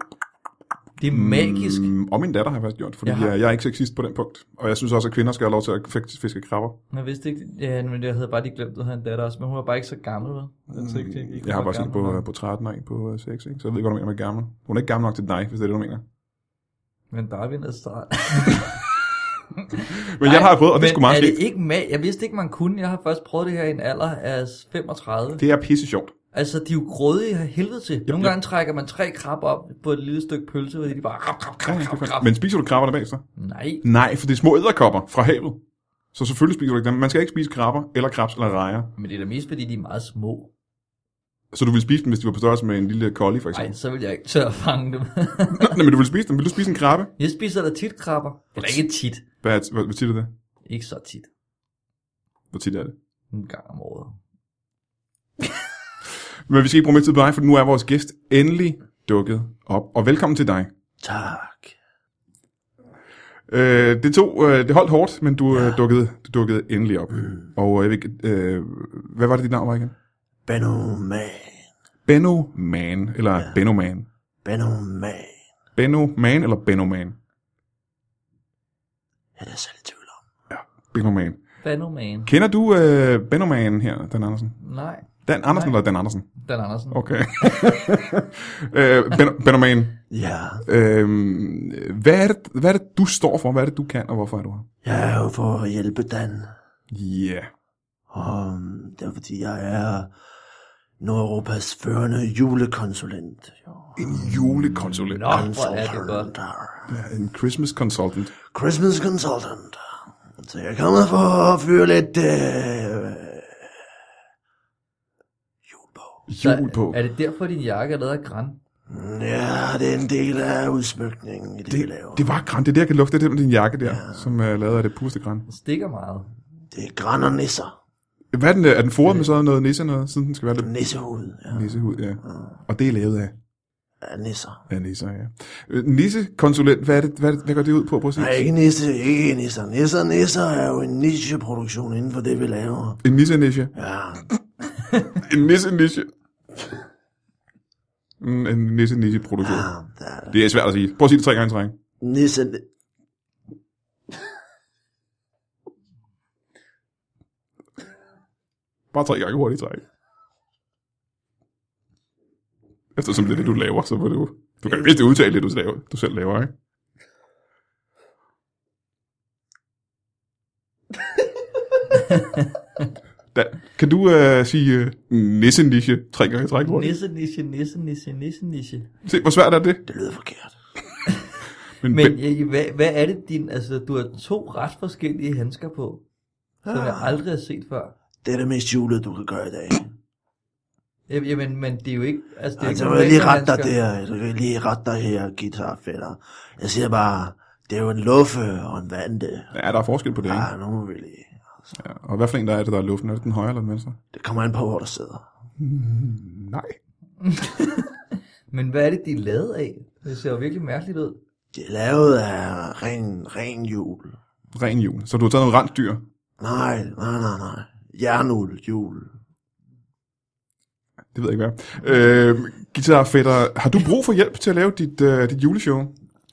Speaker 2: Det er magisk.
Speaker 1: Mm, og min datter har jeg faktisk gjort, fordi
Speaker 2: Jeg
Speaker 1: jeg,
Speaker 2: har-
Speaker 1: jeg, jeg er ikke sexist på den punkt. Og jeg synes også, at kvinder skal have lov til at fik- fiske krabber.
Speaker 2: Jeg vidste ikke, ja, men jeg havde bare lige glemt, at han datter også, men hun var bare ikke så gammel, vel? Altså, ikke, ikke, ikke
Speaker 1: Mm. Jeg har
Speaker 2: hun var
Speaker 1: bare set
Speaker 2: gammel
Speaker 1: på,
Speaker 2: nok.
Speaker 1: på 13 og en på 6, ikke? så jeg ved godt, om jeg er gammel. Hun er ikke gammel nok til dig, hvis det er det, du mener.
Speaker 2: Men Darwin er start.
Speaker 1: Men jeg har prøvet, og det er sgu meget
Speaker 2: er det
Speaker 1: skægt.
Speaker 2: ikke mag- Jeg vidste ikke, man kunne. Jeg har først prøvet det her i en alder af 35.
Speaker 1: Det er pisse sjovt.
Speaker 2: Altså, de er jo grådige af helvede til. Nogle
Speaker 1: ja.
Speaker 2: gange trækker man tre krabber op på et lille stykke pølse, fordi de bare... Krab, krab, krab, krab, krab.
Speaker 1: Men spiser du krabberne bagefter?
Speaker 2: Nej,
Speaker 1: Nej, for det er små æderkopper fra havet. Så selvfølgelig spiser du ikke dem. Man skal ikke spise krabber, eller krabs, eller rejer.
Speaker 2: men det er da mest, fordi de er meget små.
Speaker 1: Så du ville spise dem, hvis de var på størrelse med en lille collie, for
Speaker 2: Nej,
Speaker 1: eksempel?
Speaker 2: så vil jeg ikke tør at fange dem.
Speaker 1: Nej, men du ville spise dem. Vil du spise en krabbe?
Speaker 2: jeg spiser da tit krabber. Eller ikke tit.
Speaker 1: Hvad, er- hvad, hvad tit er det?
Speaker 2: Ikke så tit.
Speaker 1: Hvor tit er det?
Speaker 2: En gang om året.
Speaker 1: Men vi skal ikke bruge mere tid på dig, for nu er vores gæst endelig dukket op. Og velkommen til dig.
Speaker 2: Tak.
Speaker 1: Øh, det, tog, øh, det holdt hårdt, men du, øh, dukkede, du dukkede endelig op. Og øh, jeg ved ikke, øh, hvad var det, dit navn var igen?
Speaker 3: Benno Man.
Speaker 1: Benno Man, eller ja. Benno Man.
Speaker 3: Benno Man.
Speaker 1: Benno Man eller Benno Man?
Speaker 3: Ja, det er selv i tvivl om.
Speaker 1: Benno Man.
Speaker 2: Banoman.
Speaker 1: Kender du øh, Benno Man her, Dan Andersen?
Speaker 2: Nej,
Speaker 1: Dan Andersen Nej.
Speaker 2: Nej.
Speaker 1: eller Dan Andersen?
Speaker 2: Dan Andersen.
Speaker 1: Okay. øh, Benno, Benno Man,
Speaker 3: Ja,
Speaker 1: øh, hvad, er det, hvad er det, du står for? Hvad er det, du kan, og hvorfor er du her?
Speaker 3: jeg er jo for at hjælpe Dan.
Speaker 1: Ja. Yeah.
Speaker 3: Og mm, det er fordi, jeg er Nordeuropas førende julekonsulent. Jo.
Speaker 1: En julekonsulent.
Speaker 2: Nå, hvor er det godt.
Speaker 1: En Christmas consultant.
Speaker 3: Christmas consultant. Så jeg kommer for at fyre lidt øh, jul på.
Speaker 1: Jul på.
Speaker 2: Så er det derfor, din jakke er lavet af græn?
Speaker 3: Ja, det er en del af udsmykningen i det, det vi laver.
Speaker 1: Det, det var græn. Det er det, jeg kan lugte. Det er det med din jakke der, ja. som er lavet af det puste græn.
Speaker 2: Den stikker meget.
Speaker 3: det er græn og nisser.
Speaker 1: Hvad er den? øh, Er den foret med sådan noget nisse noget, siden den skal være lidt
Speaker 3: Nissehoved, ja.
Speaker 1: nissehud? Ja. Og det er lavet af,
Speaker 3: ja nisser.
Speaker 1: af nisser, ja. Øh, Nissekonsulent, hvad, er det, hvad, er det, hvad gør det ud på præcis?
Speaker 3: Nej, ikke nisse, ikke nisser. Nisser, nisser er jo en nicheproduktion inden for det, vi laver.
Speaker 1: En nisse
Speaker 3: Ja,
Speaker 1: En nisse Mm, En nisse produktion
Speaker 3: ja, der er det.
Speaker 1: Det er svært at sige. Prøv at sige det tre gange i træk.
Speaker 3: Nisse,
Speaker 1: Bare tre gange hurtigt i træk. Eftersom det er det, du laver, så må du... Du kan vist udtale det, du, laver, du selv laver, ikke? Da, kan du øh, sige øh, nissenisse tre gange i træk? Nisse.
Speaker 2: Nisse, nisse, nisse, nisse, nisse, nisse.
Speaker 1: Se, hvor svært er det?
Speaker 3: det lyder forkert.
Speaker 1: Men,
Speaker 2: Men øh, hvad, hvad er det din, altså du har to ret forskellige handsker på, som jeg
Speaker 3: Ah.
Speaker 2: aldrig har set før.
Speaker 3: Det er det mest julede, du kan gøre i dag.
Speaker 2: Ja, Jamen, men det er jo ikke, altså det er
Speaker 3: Altså,
Speaker 2: ikke
Speaker 3: jeg vil lige rette dig
Speaker 2: normale handsker.
Speaker 3: der, jeg vil lige rette dig her, guitarfætter. Jeg siger bare, det er jo en luffe og en vante.
Speaker 1: ja, der er forskel på det,
Speaker 2: Ah.
Speaker 1: ikke?
Speaker 3: Ja, nu må vi lige.
Speaker 1: Ja. Og hvad for en der er det, der er i luften? Er det den højre eller den venstre?
Speaker 3: Det kommer an på, hvor du sidder.
Speaker 2: Mm,
Speaker 1: Nej.
Speaker 2: Men hvad er det, de er lavet af? Det ser jo virkelig mærkeligt ud.
Speaker 3: Det er lavet af ren, ren jul.
Speaker 1: Ren jul. Så du har taget nogle rensdyr.
Speaker 3: Nej, nej, nej, nej. Jernul, jul.
Speaker 1: Det ved jeg ikke, hvad er. øh, Guitarfætter, har du brug for hjælp til at lave dit, øh, dit juleshow?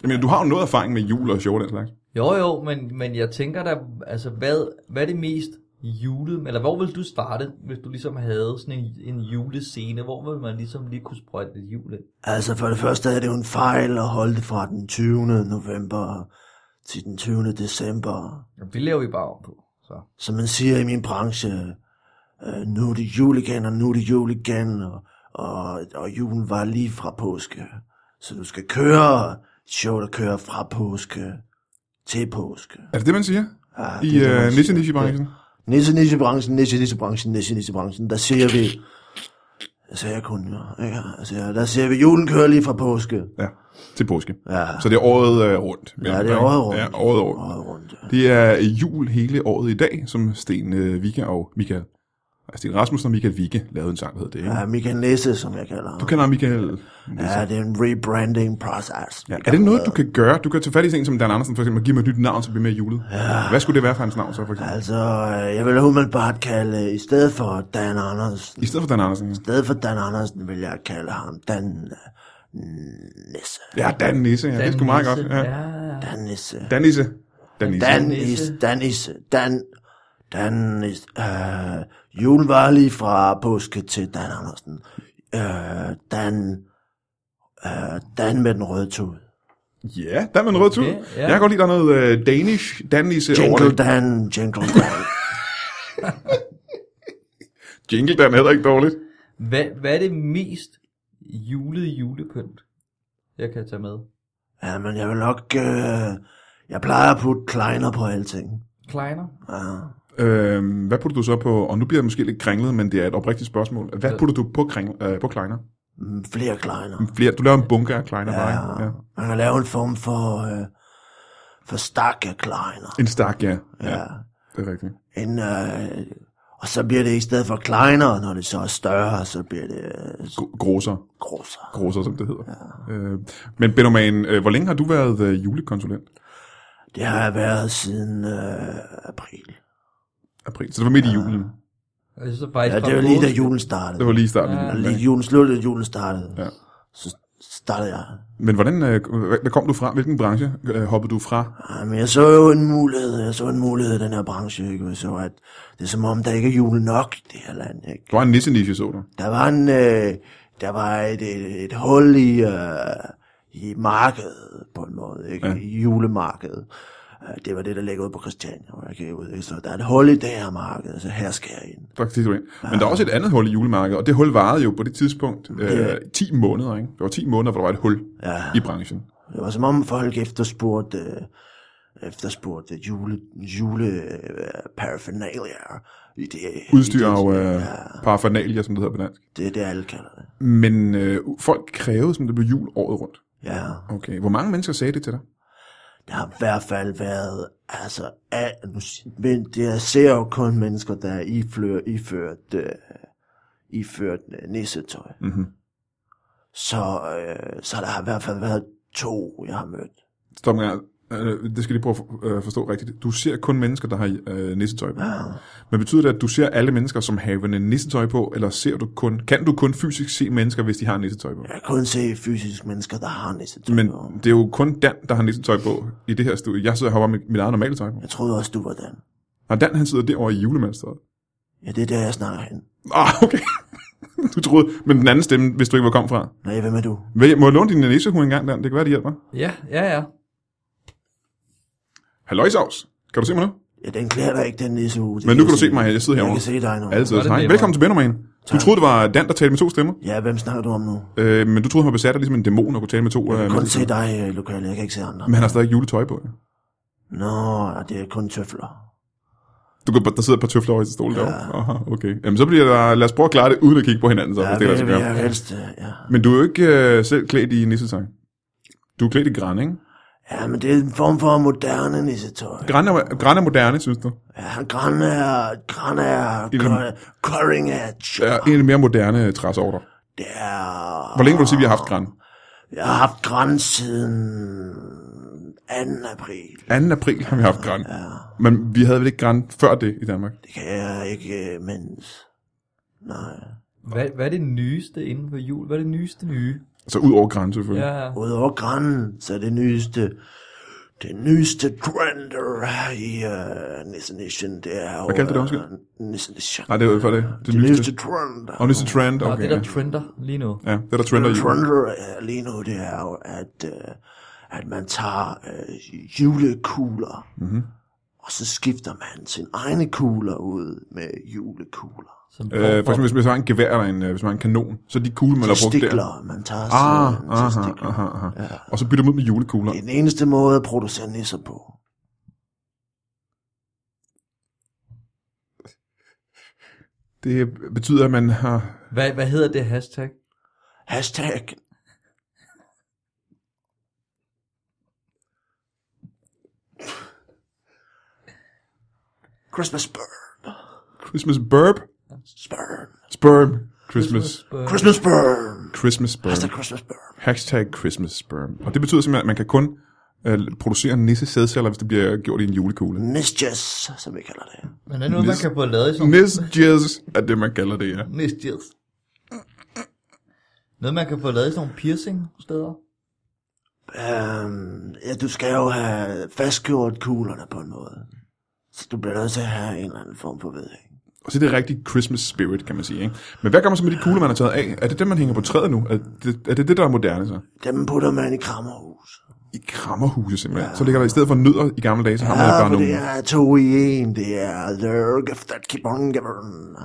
Speaker 1: Jeg mener, du har jo noget erfaring med jul og show og den slags.
Speaker 2: Jo, jo, men, men jeg tænker da, altså hvad, hvad er det mest julet, eller hvor ville du starte, hvis du ligesom havde sådan en, en julescene? Hvor ville man ligesom lige kunne sprøjte lidt jul ind?
Speaker 3: Altså for det første er det jo en fejl at holde det fra den 20. november til den 20. december.
Speaker 2: Ja, Det laver vi bare om på. Så.
Speaker 3: Som man siger i min branche, øh, nu er det jul igen, og nu er det jul igen, og, og, og julen var lige fra påske. Så du skal køre et show, der kører fra påske til påske.
Speaker 1: Er det det, man siger?
Speaker 3: Ah,
Speaker 1: I
Speaker 3: det er det,
Speaker 1: øh,
Speaker 3: man
Speaker 1: Nisse
Speaker 3: siger.
Speaker 1: Nishi branchen
Speaker 3: Nisse nisse branchen, nisse nisse branchen, nisse nisse branchen, der ser vi... Der ser jeg kun, ja. ja altså, der ser vi julen køre lige fra påske.
Speaker 1: Ja, til påske.
Speaker 3: Ja,
Speaker 1: Så det er året øh, rundt.
Speaker 3: ja det er året rundt.
Speaker 1: Ja, året rundt.
Speaker 3: Året rundt, ja.
Speaker 1: Det er jul hele året i dag, som Sten øh, Vika og Michael... Altså, Sten Rasmussen og Michael Vika lavede en sang, der hed det, ikke?
Speaker 3: Ja, Michael Nisse, som jeg kalder ham.
Speaker 1: Du kender ham, Michael...
Speaker 3: Ja, det er en rebranding process.
Speaker 1: Ja, er det noget, du kan gøre? Du kan tage fat i sådan en som Dan Andersen, for eksempel, og give mig et nyt navn, så bliver mere julet. Ja. Hvad skulle det være for hans navn, så for eksempel?
Speaker 3: Altså, øh, jeg vil umiddelbart kalde, øh, i stedet for Dan Andersen,
Speaker 1: I stedet for Dan Andersen, ja.
Speaker 3: i stedet for Dan Andersen vil jeg kalde ham Dan øh, Nisse.
Speaker 1: Ja, Dan Nisse, ja. Dan det er sgu meget
Speaker 2: Nisse.
Speaker 1: godt. Ja.
Speaker 2: Ja, ja.
Speaker 3: Dan Nisse.
Speaker 1: Dan Nisse. Dan Nisse.
Speaker 3: Dan
Speaker 2: Nisse.
Speaker 3: Nisse. Dan Nisse. Dan, Dan Nisse. Øh, julen var lige fra påske til Dan Andersen. Øh, Dan, øh, Dan med den røde tud.
Speaker 1: Ja, Dan med en rød tud.
Speaker 2: Okay, ja.
Speaker 1: Jeg kan godt lide, der er noget øh, Danish Dan Nisse over
Speaker 3: Jingle
Speaker 1: det.
Speaker 3: Dan, Jingle Dan.
Speaker 1: Jingle Dan er heller ikke dårligt.
Speaker 2: Hvad, hvad er det mest julede julepynt, jeg kan tage med?
Speaker 3: Ja, men jeg vil nok... Øh, jeg plejer at putte kleiner på alting.
Speaker 2: Kleiner?
Speaker 3: Ja.
Speaker 1: Øhm, hvad putter du så på, og nu bliver jeg måske lidt kringlet, men det er et oprigtigt spørgsmål. Hvad putter du på, kring, øh, på kleiner?
Speaker 3: Mm, Flere kleiner.
Speaker 1: Flere, du laver en bunke af kleiner bare, ikke?
Speaker 3: Ja,
Speaker 1: ja.
Speaker 3: man kan lave en form for... Øh, for stak af kleiner.
Speaker 1: En stak, ja. ja.
Speaker 3: Ja.
Speaker 1: Det er rigtigt.
Speaker 3: En, øh, og så bliver det i stedet for kleiner, når det så er større, så bliver det øh,
Speaker 1: Gro- Groser.
Speaker 3: grosser.
Speaker 1: Groser, som det hedder. Ja. Øh, men Benoman, øh, hvor længe har du været øh, julekonsulent?
Speaker 3: Det har jeg været siden øh, april.
Speaker 1: April. Så det var midt i julen.
Speaker 2: Jeg synes, det er faktisk
Speaker 3: Ja, det
Speaker 2: fra
Speaker 3: var lige da
Speaker 2: påske.
Speaker 3: julen
Speaker 1: Det
Speaker 3: startede.
Speaker 1: var lige i starten.
Speaker 2: Ja.
Speaker 1: Ja.
Speaker 3: Og lige julen sluttede, og julen startede.
Speaker 1: Ja.
Speaker 3: Så startede jeg.
Speaker 1: Men hvordan, øh, hvad kom du fra? Hvilken branche øh, hoppede du fra?
Speaker 3: Jamen, jeg så jo en mulighed, jeg så en mulighed i den her branche, ikke? Jeg så, at det er som om, der ikke er jul nok i det her land, ikke?
Speaker 1: Du var en nisse så du.
Speaker 3: Der var en, øh, der var et, et, et hul i, øh, i markedet på en måde, ikke?
Speaker 1: Ja.
Speaker 3: Ja. I julemarkedet. Øh, Det var det, der ligger ude på Christiania, hvor jeg gik ud. Ikke? Så der er et hul i det her marked, så her skal jeg ind.
Speaker 1: Der kan du ind. Men der er også et andet hul i julemarkedet, og det hul varede jo på det tidspunkt øh, 10 måneder. Ikke? Det var 10 måneder, hvor der var et hul
Speaker 3: Ja.
Speaker 1: i branchen.
Speaker 3: Det var som om folk efterspurgte, øh, efterspurgte jule, jule øh, paraphernalia i det.
Speaker 1: Udstyr
Speaker 3: i det,
Speaker 1: og øh, paraphernalia, som det hedder på dansk.
Speaker 3: det, er det, alle kalder det.
Speaker 1: Men øh, folk krævede, som det blev jul året rundt.
Speaker 3: Ja.
Speaker 1: Okay, hvor mange mennesker sagde det til dig?
Speaker 3: Der har i hvert fald været, altså, af, nu, s- men det, jeg ser jo kun mennesker, der er iført, iført, øh, iført øh, nissetøj.
Speaker 1: Mm-hmm.
Speaker 3: Så, øh, så der har i hvert fald været to, jeg har mødt.
Speaker 1: Stop en gang. Øh, Det skal jeg lige prøve at for- øh, forstå rigtigt. Du ser kun mennesker, der har øh, nissetøj på.
Speaker 3: Ja.
Speaker 1: Men betyder det, at du ser alle mennesker, som har nissetøj på, eller ser du kun, kan du kun fysisk se mennesker, hvis de har nissetøj på?
Speaker 3: Jeg kan kun se fysiske mennesker, der har nissetøj.
Speaker 1: Men
Speaker 3: på.
Speaker 1: det er jo kun Dan, der har nissetøj på i det her studie. Jeg sidder her med mit eget normale tøj på.
Speaker 3: Jeg troede også, du var den.
Speaker 1: Og Dan, han sidder derovre i julemandstøjet.
Speaker 3: Ja, det er der, jeg snakker hen.
Speaker 1: Ah, okay. Du troede, men den anden stemme, hvis du ikke var kom fra.
Speaker 3: Nej, hvem er du?
Speaker 1: Vil- Må jeg låne din nissehue engang, Dan? Det kan være, det hjælper.
Speaker 2: Ja, ja, ja.
Speaker 1: Halløjsavs. Kan du se mig nu?
Speaker 3: Ja, den klæder dig ikke, den nisseuge. Det
Speaker 1: Men nu kan du
Speaker 3: jeg
Speaker 1: se mig her. Jeg sidder
Speaker 3: Jeg kan
Speaker 1: herovre. Altså.
Speaker 3: se dig nu.
Speaker 1: Altid.
Speaker 2: Var det
Speaker 1: Hej.
Speaker 2: nemmere?
Speaker 1: Velkommen til Benderman. Du troede, det var Dan, der talte med to stemmer.
Speaker 3: Ja, hvem snakker du om nu?
Speaker 1: Øh, men du troede, han var besat af ligesom en dæmon og kunne tale med to. Øh,
Speaker 3: Jeg kan kun se
Speaker 1: mennesker.
Speaker 3: dig øh, lokalt, jeg kan ikke se andre.
Speaker 1: men han har stadig juletøj på. ja.
Speaker 3: Nå, ja, det er kun tøfler.
Speaker 1: Du kan, der sidder et par tøfler over i stolen ja. derovre. Aha, okay. Jamen, så bliver der, lad os prøve at klare det, uden at kigge på hinanden, så, ja,
Speaker 3: Ja,
Speaker 1: hvis
Speaker 3: det
Speaker 1: det er,
Speaker 3: vil,
Speaker 1: der
Speaker 3: vil
Speaker 1: gøre.
Speaker 3: jeg helst, øh, ja.
Speaker 1: Men du er jo ikke øh, selv klædt i nissetøj. Du er klædt i græn, ikke?
Speaker 3: Ja, men det er en form for moderne nissetøj.
Speaker 1: Græn er, græn er moderne, synes du?
Speaker 3: Ja, græn er, græn er,
Speaker 1: Ilum-
Speaker 3: cu- cutting edge.
Speaker 1: Ja, en af de mere moderne træs over dig.
Speaker 3: Det er,
Speaker 1: Hvor længe vil du sige, vi har haft græn?
Speaker 3: jeg har haft græn siden 2. april.
Speaker 1: 2. april har vi haft græn. Men vi havde vel ikke græn før det i Danmark?
Speaker 3: Det kan jeg ikke øh, mindes. Nej.
Speaker 2: Hvad, hvad er det nyeste inden for jul? Hvad er det nyeste nye?
Speaker 3: Mm.
Speaker 1: Altså ud over græn, selvfølgelig.
Speaker 2: Ja,
Speaker 1: Ja.
Speaker 2: ja.
Speaker 3: Udover græn, så er det nyeste, Det nyeste trender i uh, Nissen Nation, det er jo...
Speaker 1: Hvad kaldte du det,
Speaker 3: øh,
Speaker 1: undskyld?
Speaker 3: Nissen Nation.
Speaker 1: Nej, det er jo for det.
Speaker 3: Det nyeste trender.
Speaker 1: Og nyeste trend, okay.
Speaker 2: Okay, og det der trender lige nu.
Speaker 1: ja. ja, det er der trender i.
Speaker 3: trender øh, lige nu, det er jo, at, øh, at man tager øh, julekugler,
Speaker 1: Mhm.
Speaker 3: mm-hmm. og så skifter man sin egne kugler ud med julekugler.
Speaker 2: Som
Speaker 1: Øh, for eksempel, hvis man så har en gevær eller en, øh, hvis man har en kanon, så er de kugler, man har
Speaker 3: Så
Speaker 1: brugt der.
Speaker 3: stikler, man tager
Speaker 1: Ah,
Speaker 3: sådan til
Speaker 1: aha,
Speaker 3: stikler.
Speaker 1: aha, aha. Og så bytter man ud med julekugler.
Speaker 3: Det er den eneste måde at producere nisser på.
Speaker 1: Det betyder, at man har...
Speaker 2: hvad, hvad hedder det hashtag?
Speaker 3: Hashtag. Christmas burn.
Speaker 1: Christmas burp.
Speaker 3: Burn.
Speaker 1: Sperm. Christmas.
Speaker 2: Christmas.
Speaker 3: Christmas
Speaker 1: Christmas
Speaker 3: burn. Hashtag
Speaker 1: sperm.
Speaker 3: Christmas burn.
Speaker 1: Hashtag Christmas sperm. Og det betyder simpelthen, at man kan kun øh, producere nisse sædceller, hvis det bliver gjort i en julekugle.
Speaker 3: Nisjes, som vi kalder det.
Speaker 2: Men er det noget, man
Speaker 1: Nis-
Speaker 2: kan få lavet i sådan
Speaker 1: Nisse jizz er det, man kalder det, ja.
Speaker 2: Næstjæls. Noget, man kan få lavet i sådan nogle piercing-steder.
Speaker 3: Øhm, ja, du skal jo have fastgjort kuglerne på en måde. Så du bliver nødt til at have en eller anden form for vedhæng.
Speaker 1: Og så er det rigtig Christmas spirit, kan man sige. Ikke? Men hvad gør man så med de kugler, man har taget af? Er det dem, man hænger på træet nu? Er det er det, det, der er moderne så?
Speaker 3: Dem putter man i krammerhus.
Speaker 1: I krammerhuse simpelthen. Ja. Så ligger der i stedet for nødder i gamle dage, så har man bare
Speaker 3: for
Speaker 1: nogle...
Speaker 3: det er to i en. Det er the gift that keep on giving.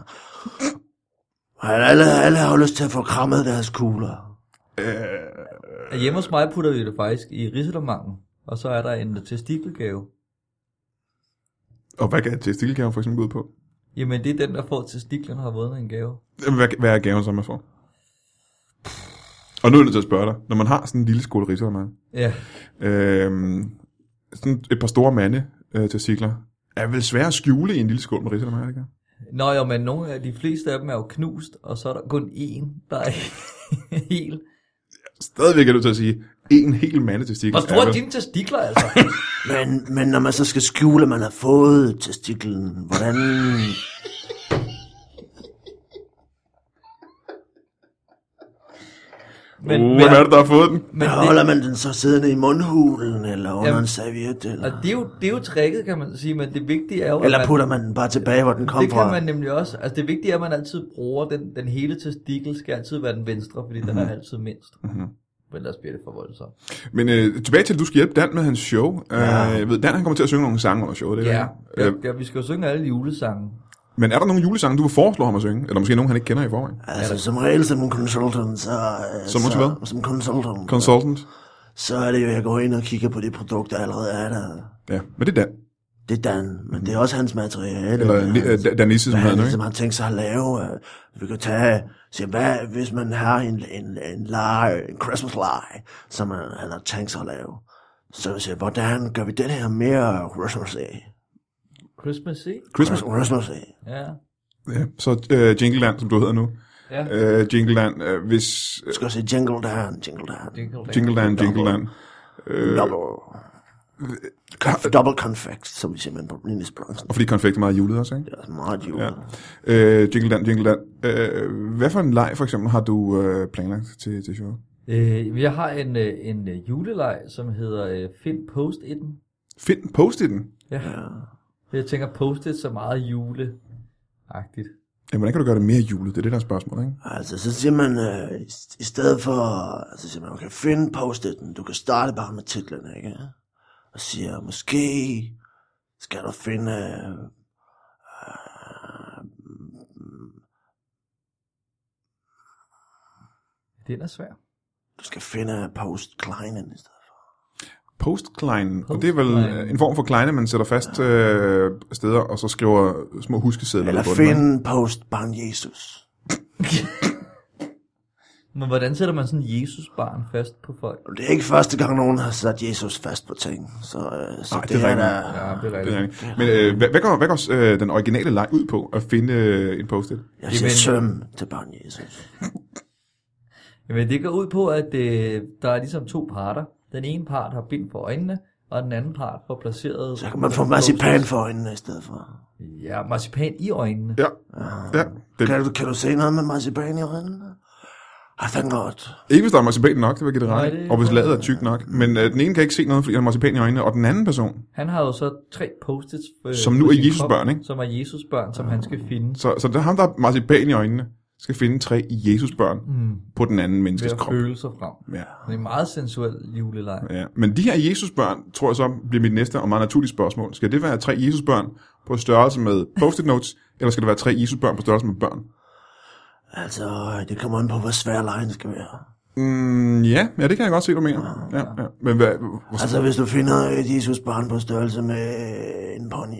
Speaker 3: Alle, alle har lyst til at få krammet deres kugler.
Speaker 1: øh,
Speaker 2: Og hjemme hos mig putter vi det faktisk i risalomangen. Og så er der en testikelgave.
Speaker 1: Og hvad kan testikkelgave for eksempel gå ud på?
Speaker 2: Jamen, det er den, der får testiklerne har vundet en gave.
Speaker 1: Jamen, Hvad, hvad er gaven så, man får? Og nu er jeg nødt til at spørge dig. Når man har sådan en lille skål ridser, man,
Speaker 2: Ja,
Speaker 1: øh, sådan et par store mande øh, testikler, er vel svært at skjule i en lille skål med ridser, man, ikke?
Speaker 2: Nå jo, men nogle af de fleste af dem er jo knust, og så er der kun én, der er helt.
Speaker 1: Stadigvæk er jeg nødt til at sige, en hel mande testikel.
Speaker 2: Hvor store
Speaker 1: vel-
Speaker 2: er dine testikler, altså?
Speaker 3: Men, men når man så skal skjule, at man har fået testiklen, hvordan...
Speaker 2: Men,
Speaker 1: Uh,
Speaker 2: men,
Speaker 1: hvem er det, der har fået den?
Speaker 2: men det,
Speaker 3: Holder man den så siddende i mundhulen, eller under
Speaker 2: Jamen,
Speaker 3: en serviet,
Speaker 2: og
Speaker 3: eller...
Speaker 2: det, er jo, det er jo tricket, kan man sige, men det vigtige er jo... at
Speaker 3: Eller
Speaker 2: man-
Speaker 3: putter man den bare tilbage, hvor den kom
Speaker 2: Det
Speaker 3: fra?
Speaker 2: kan man nemlig også. Altså det vigtige er, at man altid bruger den, den hele testikel, skal altid være den venstre, fordi mm-hmm. den er altid mindst. Mm-hmm. Men ellers bliver det for voldsomt.
Speaker 1: Men øh, tilbage til, at du skal hjælpe Dan med hans show. Ja. Øh, jeg ved, Dan han kommer til at synge nogle sange under showet. Det er
Speaker 2: Ja,
Speaker 1: det.
Speaker 2: ja,
Speaker 1: Øh,
Speaker 2: ja, vi skal jo synge alle julesange.
Speaker 1: men er der nogle julesange, du vil foreslå ham at synge? Eller måske nogen, han ikke kender i forvejen?
Speaker 3: Altså, som regel som en consultant, så... øh,
Speaker 1: Som
Speaker 3: så,
Speaker 1: hvad?
Speaker 3: Som consultant.
Speaker 1: Consultant?
Speaker 3: så er det jo, jeg går ind og kigger på det produkt, der allerede er der.
Speaker 1: Ja, men det er Dan.
Speaker 3: Det er Dan, men det er også hans materiale.
Speaker 1: Eller
Speaker 3: det er
Speaker 1: øh,
Speaker 3: hans-
Speaker 1: Dan- Dan Nisse, som
Speaker 3: hvad
Speaker 1: hedder
Speaker 3: han
Speaker 1: nu,
Speaker 3: ligesom
Speaker 1: ikke?
Speaker 3: har tænkt sig at lave. øh, Vi kan tage, se, hvad, hvis man har en, en, en lege, en Christmas lege, som han, han har tænkt sig at lave. Så vi siger, hvordan gør vi den her mere Christmas af?
Speaker 2: Christmas, ikke?
Speaker 1: Christmas.
Speaker 3: Christmas af.
Speaker 2: Ja.
Speaker 1: Ja, så øh, Jingleland, som du hedder nu.
Speaker 2: Ja.
Speaker 1: Øh, Jingleland, øh, hvis...
Speaker 3: Du
Speaker 1: Øh,
Speaker 3: skal se Jingle Dan, Jingle Dan.
Speaker 2: Jingle Bell.
Speaker 1: Jingleland, Jingleland. Øh,
Speaker 3: Double.
Speaker 1: har-
Speaker 3: Double confect, som vi siger, man på Linus Branchen.
Speaker 1: og fordi konfekt er meget julet også, ikke?
Speaker 3: Det er altså meget jul.
Speaker 1: Ja. Øh, Jingleland, Jingleland. Øh, hvad for en leg, for eksempel, har du øh, planlagt til, til showet?
Speaker 2: Øh, jeg har en, øh, en øh, juleleg, som hedder øh, Find post iten
Speaker 1: Find post i den.
Speaker 2: Ja. Jeg tænker post it så meget juleagtigt.
Speaker 1: Ja, hvordan kan du gøre det mere julet? Det er det, der er spørgsmålet, ikke?
Speaker 3: Altså, så siger man, øh, i, i stedet for, altså, så siger man, okay, find post du kan starte bare med titlerne, ikke? Og siger, måske skal du finde, øh,
Speaker 2: Den er svær.
Speaker 3: du skal finde post Kleinen i stedet for.
Speaker 1: Postkleinen, og det er vel
Speaker 2: Postkleinen.
Speaker 1: øh, en form for kleine, man sætter fast øh, steder, og så skriver små huskesedler
Speaker 3: Eller
Speaker 1: på den, ikke?
Speaker 3: find post barn Jesus.
Speaker 2: Men hvordan sætter man sådan Jesus-barn fast på folk?
Speaker 3: Og Det er ikke første gang, nogen har sat Jesus fast på ting, så, øh, så
Speaker 1: Nej,
Speaker 3: Ej,
Speaker 1: det
Speaker 3: det,
Speaker 1: er
Speaker 3: det er
Speaker 1: rigtigt.
Speaker 3: der,
Speaker 2: Ja, det er
Speaker 1: Det er
Speaker 2: rigtigt.
Speaker 1: rigtigt. Men øh, hvad, hvad går, hvad går øh, den originale leg ud på at finde øh, en post-it?
Speaker 3: jeg siger
Speaker 2: Jamen-
Speaker 3: søm til barn Jesus.
Speaker 2: Jamen, det går ud på, at øh, der er ligesom to parter. Den ene part har bind på øjnene, og den anden part får placeret...
Speaker 3: Så kan man få marcipan for øjnene i stedet for.
Speaker 2: Ja, marcipan i øjnene.
Speaker 1: Ja. ja. Det,
Speaker 3: Kan du, kan du se noget med marcipan i øjnene? Har fanden godt.
Speaker 1: Ikke hvis der er marcipan nok, det vil jeg give det
Speaker 2: Nej,
Speaker 1: ret.
Speaker 2: det-
Speaker 1: i. Og hvis ladet er tyk nok. Men øh, den ene kan ikke se noget, fordi han har marcipan i øjnene. Og den anden person,
Speaker 2: Han har jo så tre post-its. Øh,
Speaker 1: Som nu
Speaker 2: på
Speaker 1: er
Speaker 2: sin
Speaker 1: Jesus'
Speaker 2: krop,
Speaker 1: børn, ikke?
Speaker 2: Som er Jesus børn, som han
Speaker 3: Ah.
Speaker 2: skal finde.
Speaker 1: så, så det er ham, der har marcipan i øjnene, skal finde tre Jesusbørn
Speaker 2: Mm,
Speaker 1: på den anden
Speaker 2: ved
Speaker 1: menneskes
Speaker 2: at
Speaker 1: krop.
Speaker 2: føle sig frem.
Speaker 1: Ja.
Speaker 2: Det er en meget sensuel juleleg.
Speaker 1: Ja, men de her Jesusbørn, tror jeg så, bliver mit næste og meget naturlige spørgsmål. Skal det være tre Jesusbørn på størrelse med post-it notes, eller skal det være tre Jesusbørn på størrelse med børn?
Speaker 3: Altså, det kommer an på, hvor svær lejen skal være.
Speaker 1: Mm, ja, ja, det kan jeg godt se, du
Speaker 2: Ah.
Speaker 1: mener. Ja, ja. Men hvad, hvor,
Speaker 3: Altså, hvis du finder et Jesus barn på størrelse med øh, en pony.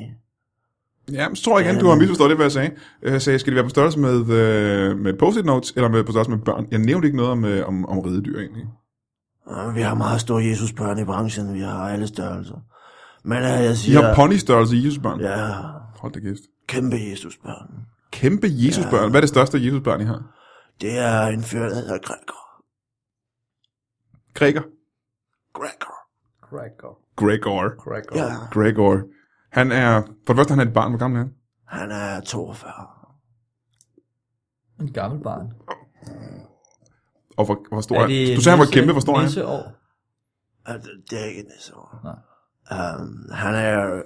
Speaker 1: ja, men så tror jeg igen, du har misforstået det, hvad jeg sagde. Øh, Jeg sagde, skal det være på størrelse med, øh, med post-it notes, eller med, på størrelse med børn? Jeg nævnte ikke noget om, øh, om, om ridedyr, egentlig.
Speaker 3: Ja, Vi har meget store Jesusbørn i branchen. Vi har alle størrelser. Men øh, jeg
Speaker 1: De har
Speaker 3: siger...
Speaker 1: pony-størrelse Jesusbørn. Ja.
Speaker 3: Ja,
Speaker 1: Hold da kæft.
Speaker 3: kæmpe Jesusbørn.
Speaker 1: Kæmpe Jesusbørn. Hvad er det største Jesusbørn, I har?
Speaker 3: Det er en fyr, der hedder Gregor.
Speaker 1: Gregor.
Speaker 3: Gregor.
Speaker 2: Cracker.
Speaker 1: Gregor.
Speaker 2: Cracker.
Speaker 3: Ja,
Speaker 1: Gregor. Han er, for det første, han er et barn. Hvor gammel er han?
Speaker 3: han er 42.
Speaker 2: En gammel barn.
Speaker 1: Og hvor, hvor stor er, er Du sagde, han var kæmpe. Hvor stor er han?
Speaker 2: han? År?
Speaker 3: Altså, det er ikke en nisse år.
Speaker 2: Nej.
Speaker 3: Um, han, er,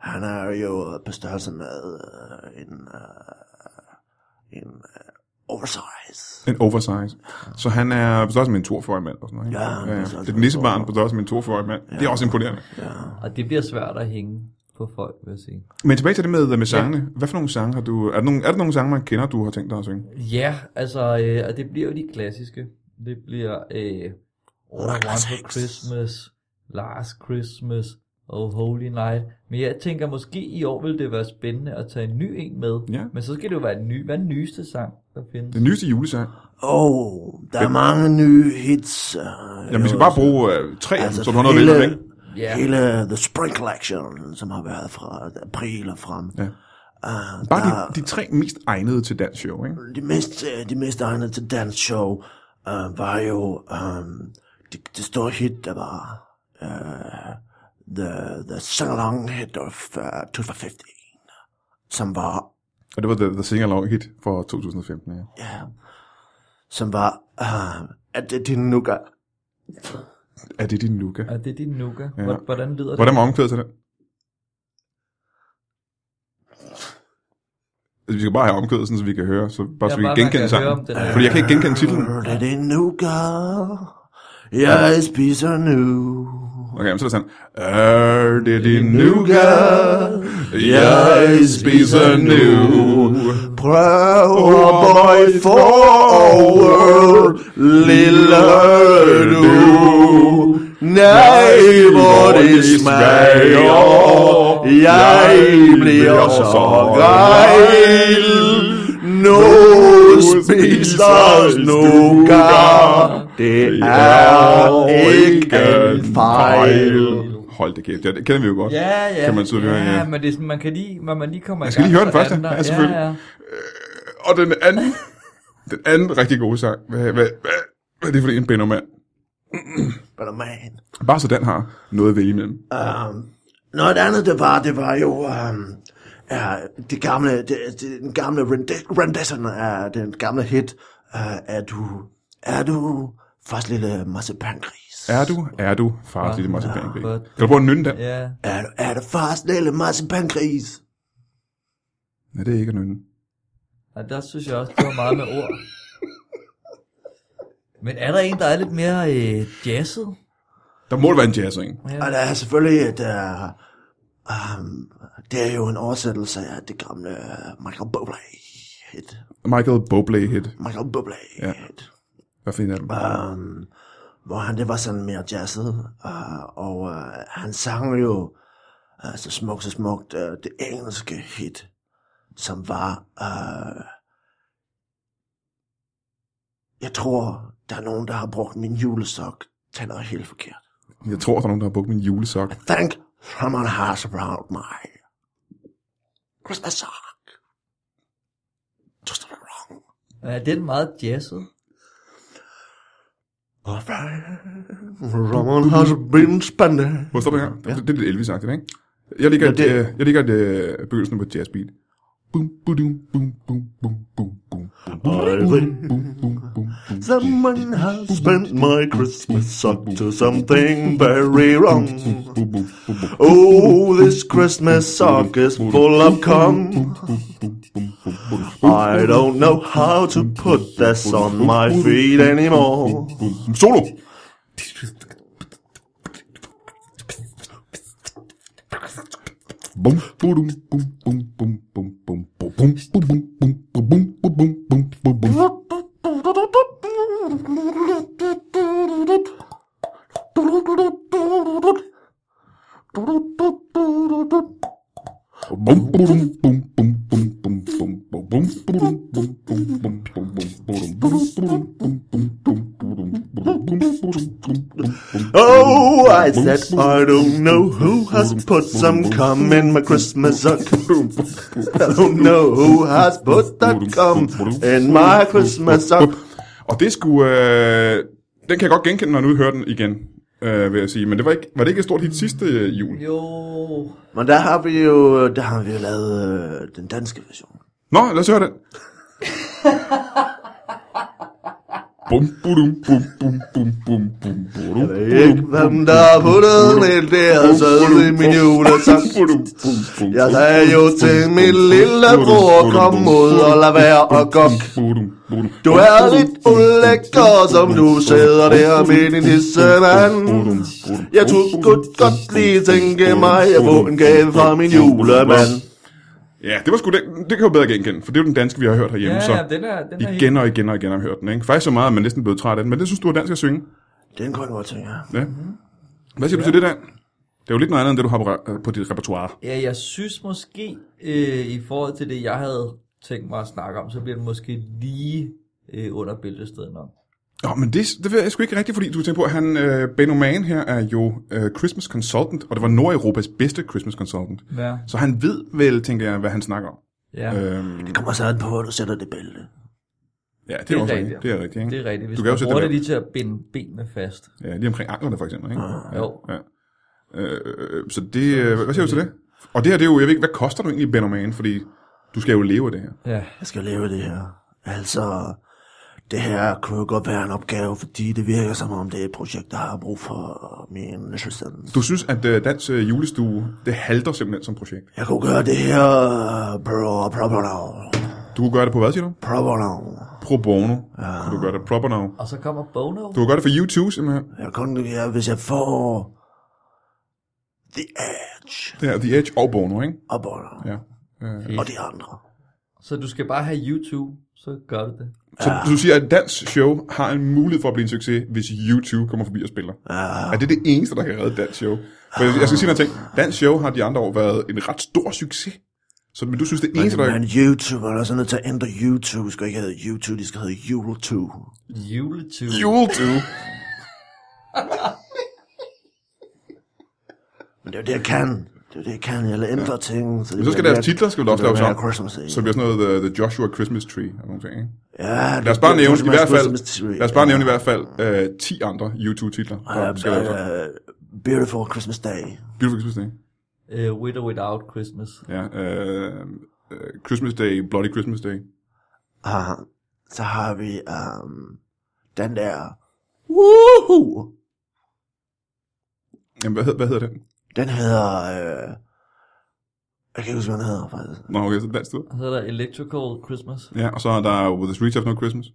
Speaker 3: han er jo på størrelse med uh, en, uh, en uh, oversize.
Speaker 1: En oversize. Så han er på størrelse med en 42-årig mand. Og sådan noget, ikke?
Speaker 3: Ja, han er
Speaker 1: Det
Speaker 3: på størrelse
Speaker 1: er
Speaker 3: med en
Speaker 1: et nissebarn
Speaker 3: 42-årig.
Speaker 1: på størrelse med en 42-årig mand. Ja. Det er også imponerende.
Speaker 3: Ja.
Speaker 2: Og det bliver svært at hænge på folk, vil jeg sige.
Speaker 1: Men tilbage til det med, med sangene. Ja. Hvad for nogle sange har du... Er der nogle, er der nogle sange, man kender, du har tænkt dig at synge?
Speaker 2: Ja, altså, øh, og det bliver jo de klassiske. Det bliver øh, All I Want for
Speaker 3: Classics.
Speaker 2: Christmas, Last Christmas, Oh Holy Night. Men jeg tænker, måske i år vil det være spændende at tage en ny en med.
Speaker 1: Ja.
Speaker 2: Men så skal det jo være en ny, hvad er den nyeste sang, der findes?
Speaker 1: Den nyeste julesang.
Speaker 3: Og der er mange nye hits. Uh,
Speaker 1: Jamen, vi skal bare bruge øh, tre, af dem, så du har noget at
Speaker 3: Altså, hele,
Speaker 1: vælge med, ikke?
Speaker 2: Ja.
Speaker 3: hele The Spring Collection, som har været fra april og frem.
Speaker 1: Ja.
Speaker 3: Uh,
Speaker 1: Bare
Speaker 3: der,
Speaker 1: de, de tre mest egnede til dansk show, ikke?
Speaker 3: de mest, øh, de mest egnede til dansk show øh, var jo um, det, det store hit, der var uh, The, the Sing-along hit of uh, 2015, som var,
Speaker 1: Og det var The, the Sing Along Hit for 2015, ja.
Speaker 3: ja, som var, uh, at det din nuka.
Speaker 1: Er det din Luca?
Speaker 2: Og det er din nuka.
Speaker 1: Ja.
Speaker 2: Ja. Hvordan lyder det?
Speaker 1: Hvordan var omkvædet til den? Altså, vi skal bare have omkvædet, sådan, så vi kan høre, så bare så
Speaker 2: Ja,
Speaker 1: vi
Speaker 2: bare
Speaker 1: kan
Speaker 2: man
Speaker 1: genkende
Speaker 2: kan høre,
Speaker 1: sangen.
Speaker 2: om den er-
Speaker 1: Fordi jeg kan ikke genkende titlen.
Speaker 3: Det din nuka, jeg spiser nu.
Speaker 1: Okay, men så er det sådan. Er det din nuga?
Speaker 3: Nuka,
Speaker 1: Jeg spiser nu.
Speaker 3: Prøv at
Speaker 1: Boy
Speaker 3: bøje forward, lille du. Nej, hvor det smager, jeg bliver så gejl. Nu spiser snukker, det er ikke en fejl.
Speaker 1: Hold det kæft, ja, det kender vi jo godt.
Speaker 2: Ja, ja.
Speaker 1: Kan man tydeligt
Speaker 2: ja,
Speaker 1: høre, ja.
Speaker 2: men det er sådan, man kan lige, når man lige kommer
Speaker 1: Jeg skal
Speaker 2: i gang.
Speaker 1: lige høre den
Speaker 2: så er
Speaker 1: første.
Speaker 2: der.
Speaker 1: Ja, selvfølgelig.
Speaker 2: Ja, ja.
Speaker 1: Og den anden, den anden rigtig gode sang. Hvad, hvad, hvad, hvad er det for en Benno, mand?
Speaker 3: But man.
Speaker 1: Bare så den har noget at vælge imellem.
Speaker 3: Um, noget andet, det var, det var jo um, ja, det gamle, det, det, den gamle rendi- rendition af den gamle hit, uh, er du, er du fars lille marcipangris?
Speaker 1: Er du, er du, far, lille marcipangris?
Speaker 2: for-
Speaker 1: Kan du prøve at nynne den?
Speaker 2: ja.
Speaker 3: Er du, er du fars lille marcipangris?
Speaker 1: Nej, det er ikke at nynne.
Speaker 2: Og der synes jeg også, det var meget med ord. Men er der en, der er lidt mere øh, jazzet?
Speaker 1: Der må det være en jazzing.
Speaker 3: Og der er selvfølgelig et, uh, um, det er jo en oversættelse af det gamle øh, Michael Bublé hit.
Speaker 1: Michael Bublé hit.
Speaker 3: Michael Bublé
Speaker 1: Ja.
Speaker 3: hit.
Speaker 1: Hvad fanden er den?
Speaker 3: um, hvor han det var sådan mere jazzet, uh, og uh, han sang jo uh, så smukt, så smukt uh, det engelske hit, som var, uh, jeg tror, der er nogen, der har brugt min julesok til noget helt forkert.
Speaker 1: Jeg tror, der er nogen, der har brugt min julesok.
Speaker 3: Thank someone has around my Christmas sock. Just wrong.
Speaker 2: Er den meget jazzet?
Speaker 3: Og Someone has been spending.
Speaker 1: Hvor står det her? Det, det er lidt elvis ikke? Jeg ligger,
Speaker 3: Ja,
Speaker 1: ja, det...
Speaker 3: det-
Speaker 1: et, øh, jeg ligger et, øh, begyndelsen på et jazzbeat. Bum, budum, bum, bum, bum, bum, bum, bum,
Speaker 3: Alvin.
Speaker 1: bum, bum, bum, bum.
Speaker 3: Someone has spent my Christmas up to something very wrong.
Speaker 1: Bum, bum, bum, bum.
Speaker 3: Oh, this Christmas sock is full of cum. I don't know how to put this on my feet anymore.
Speaker 1: Solo! Bum, budum, bum, bum, bum, bum, bum, bum, bum, bum, bum, bum, bum, bum, bum, bum, bum, bum, bum. Bum, budum, bum, bum, bum, bum, bum, bum, bum, budum, bum, bum, bum, bum, bum, budum, budum, budum, bum, bum, bum, budum, budum, bum, budum, bum, bum, bum.
Speaker 3: Oh, I said I don't know who has put some cum in my Christmas sock. I don't know who has put that cum in my Christmas sock.
Speaker 1: Og det skulle... Øh, den kan jeg godt genkende, når jeg nu hører den igen, øh, vil jeg sige. Men det var, ikke, var det ikke et stort hit sidste øh, jul?
Speaker 2: Jo,
Speaker 3: Men der har vi jo, der har vi jo lavet øh, den danske version.
Speaker 1: Nå, lad os høre den. bum, budum, bum, bum, bum, bum, bum, budum,
Speaker 3: Jeg ved ikke,
Speaker 1: budum,
Speaker 3: hvem der har puttet ned der, så i min julesang.
Speaker 1: budum, bum, bum,
Speaker 3: Jeg sagde jo til min lille bror, kom ud og lad være og gok.
Speaker 1: budum, budum.
Speaker 3: Du er lidt ulækker, som du sidder der med din nissemand. Jeg tror godt, godt lige tænke mig at få en gave fra min julemand.
Speaker 1: Ja, det var sgu den. Det kan jeg jo bedre genkende, for det er jo den danske, vi har hørt herhjemme.
Speaker 2: ja,
Speaker 1: så
Speaker 2: ja, den er, den er helt...
Speaker 1: igen og igen og igen har vi hørt den. Ikke? Faktisk så meget, at man næsten blev træt af den. Men det synes du er dansk at synge.
Speaker 3: Den kunne jeg godt tænke. mig.
Speaker 1: Ja. Hvad siger du til det der? Det er jo lidt noget andet, end det du har på, re- på dit repertoire.
Speaker 2: Ja, jeg synes måske, øh, i forhold til det, jeg havde tænkt mig at snakke om, så bliver den måske lige øh, under bæltestedet nok.
Speaker 1: Nå, men det, det ved jeg sgu ikke rigtigt, fordi du tænker på, at han, øh, Benno Mann her er jo øh, Christmas Consultant, og det var Nordeuropas bedste Christmas Consultant.
Speaker 2: Ja.
Speaker 1: Så han ved vel, tænker jeg, hvad han snakker om.
Speaker 2: Ja, øh,
Speaker 1: Øhm,
Speaker 3: Det kommer så an på, hvor du sætter det bælte.
Speaker 1: ja, det,
Speaker 2: det
Speaker 1: er
Speaker 2: er
Speaker 1: også
Speaker 2: rigtigt,
Speaker 1: rigtigt. Det er rigtigt, ikke?
Speaker 2: det er rigtigt. Hvis
Speaker 1: Du
Speaker 2: du
Speaker 1: kan jo
Speaker 2: man
Speaker 1: sætte
Speaker 2: bruger
Speaker 1: det
Speaker 2: det lige til at binde benene fast.
Speaker 1: Ja, lige omkring anklerne for eksempel, ikke? Ja,
Speaker 2: Jo.
Speaker 1: Ja. Øh, øh, så det, øh, hvad siger du til det? Og det her, det er jo, jeg ved ikke, hvad koster du egentlig, Benno Mann? Fordi du skal jo leve af det her.
Speaker 2: Ja.
Speaker 3: Jeg skal lave det her. Altså, det her kunne jo godt være en opgave, fordi det virker som om, det er et projekt, der har brug for min assistent.
Speaker 1: Du synes, at øh, Dans øh, Julestue, det halter simpelthen som projekt.
Speaker 3: Jeg kunne gøre det her, bro, proper now.
Speaker 1: Du kunne gøre det på hvad, siger du?
Speaker 3: Proper now.
Speaker 1: Pro bono. Ja. Kunne du gøre det proper now.
Speaker 2: Og så kommer Bono.
Speaker 1: Du kunne gøre det for YouTube, simpelthen.
Speaker 3: Jeg kunne det her, hvis jeg får The Edge
Speaker 1: Det her, The Edge og Bono, ikke?
Speaker 3: og Bono
Speaker 1: Ja. Øh,
Speaker 3: og de andre.
Speaker 2: Så du skal bare have YouTube, så gør du det.
Speaker 1: Så ja. du siger, at Dans show har en mulighed for at blive en succes, hvis YouTube kommer forbi og spiller.
Speaker 3: Ja.
Speaker 1: Er det det eneste, der kan redde Dans show? For jeg, jeg skal sige noget ting. Dans show har de andre år været en ret stor succes. Så, men du synes, det eneste, der...
Speaker 3: Men YouTube Altså, er også nødt til at ændre YouTube. skal ikke hedde YouTube, de skal hedde YouTube.
Speaker 2: YouTube.
Speaker 1: YouTube.
Speaker 3: Men det er jo det, jeg kan. Det er jo det, jeg kan. Jeg ændrer ting. Så, det
Speaker 1: Men så skal
Speaker 3: bliver
Speaker 1: deres
Speaker 3: mere-
Speaker 1: titler skal vel også
Speaker 3: det bliver
Speaker 1: laves om.
Speaker 3: mere Christmas Eve.
Speaker 1: Så det bliver sådan noget The, the Joshua Christmas Tree og nogle ting, ikke?
Speaker 3: Ja,
Speaker 1: Lad os bare nævne i hvert fald, lad os bare nævne i hvert fald øh, 10 andre YouTube-titler, der skal laves om.
Speaker 3: Beautiful Christmas Day.
Speaker 1: Beautiful Christmas Day.
Speaker 2: Uh, with or without Christmas.
Speaker 1: Ja, øh, øh, Christmas Day, Bloody Christmas Day.
Speaker 3: Uh, så har vi um, den der... Woohoo!
Speaker 1: Jamen, hvad, hed, hvad hedder den?
Speaker 3: Den hedder... Øh, jeg kan ikke huske, hvad den hedder, faktisk.
Speaker 1: Nå, okay, så dansk du.
Speaker 2: Og så er der Electrical Christmas.
Speaker 1: Ja, og så er der jo The Streets Have No Christmas.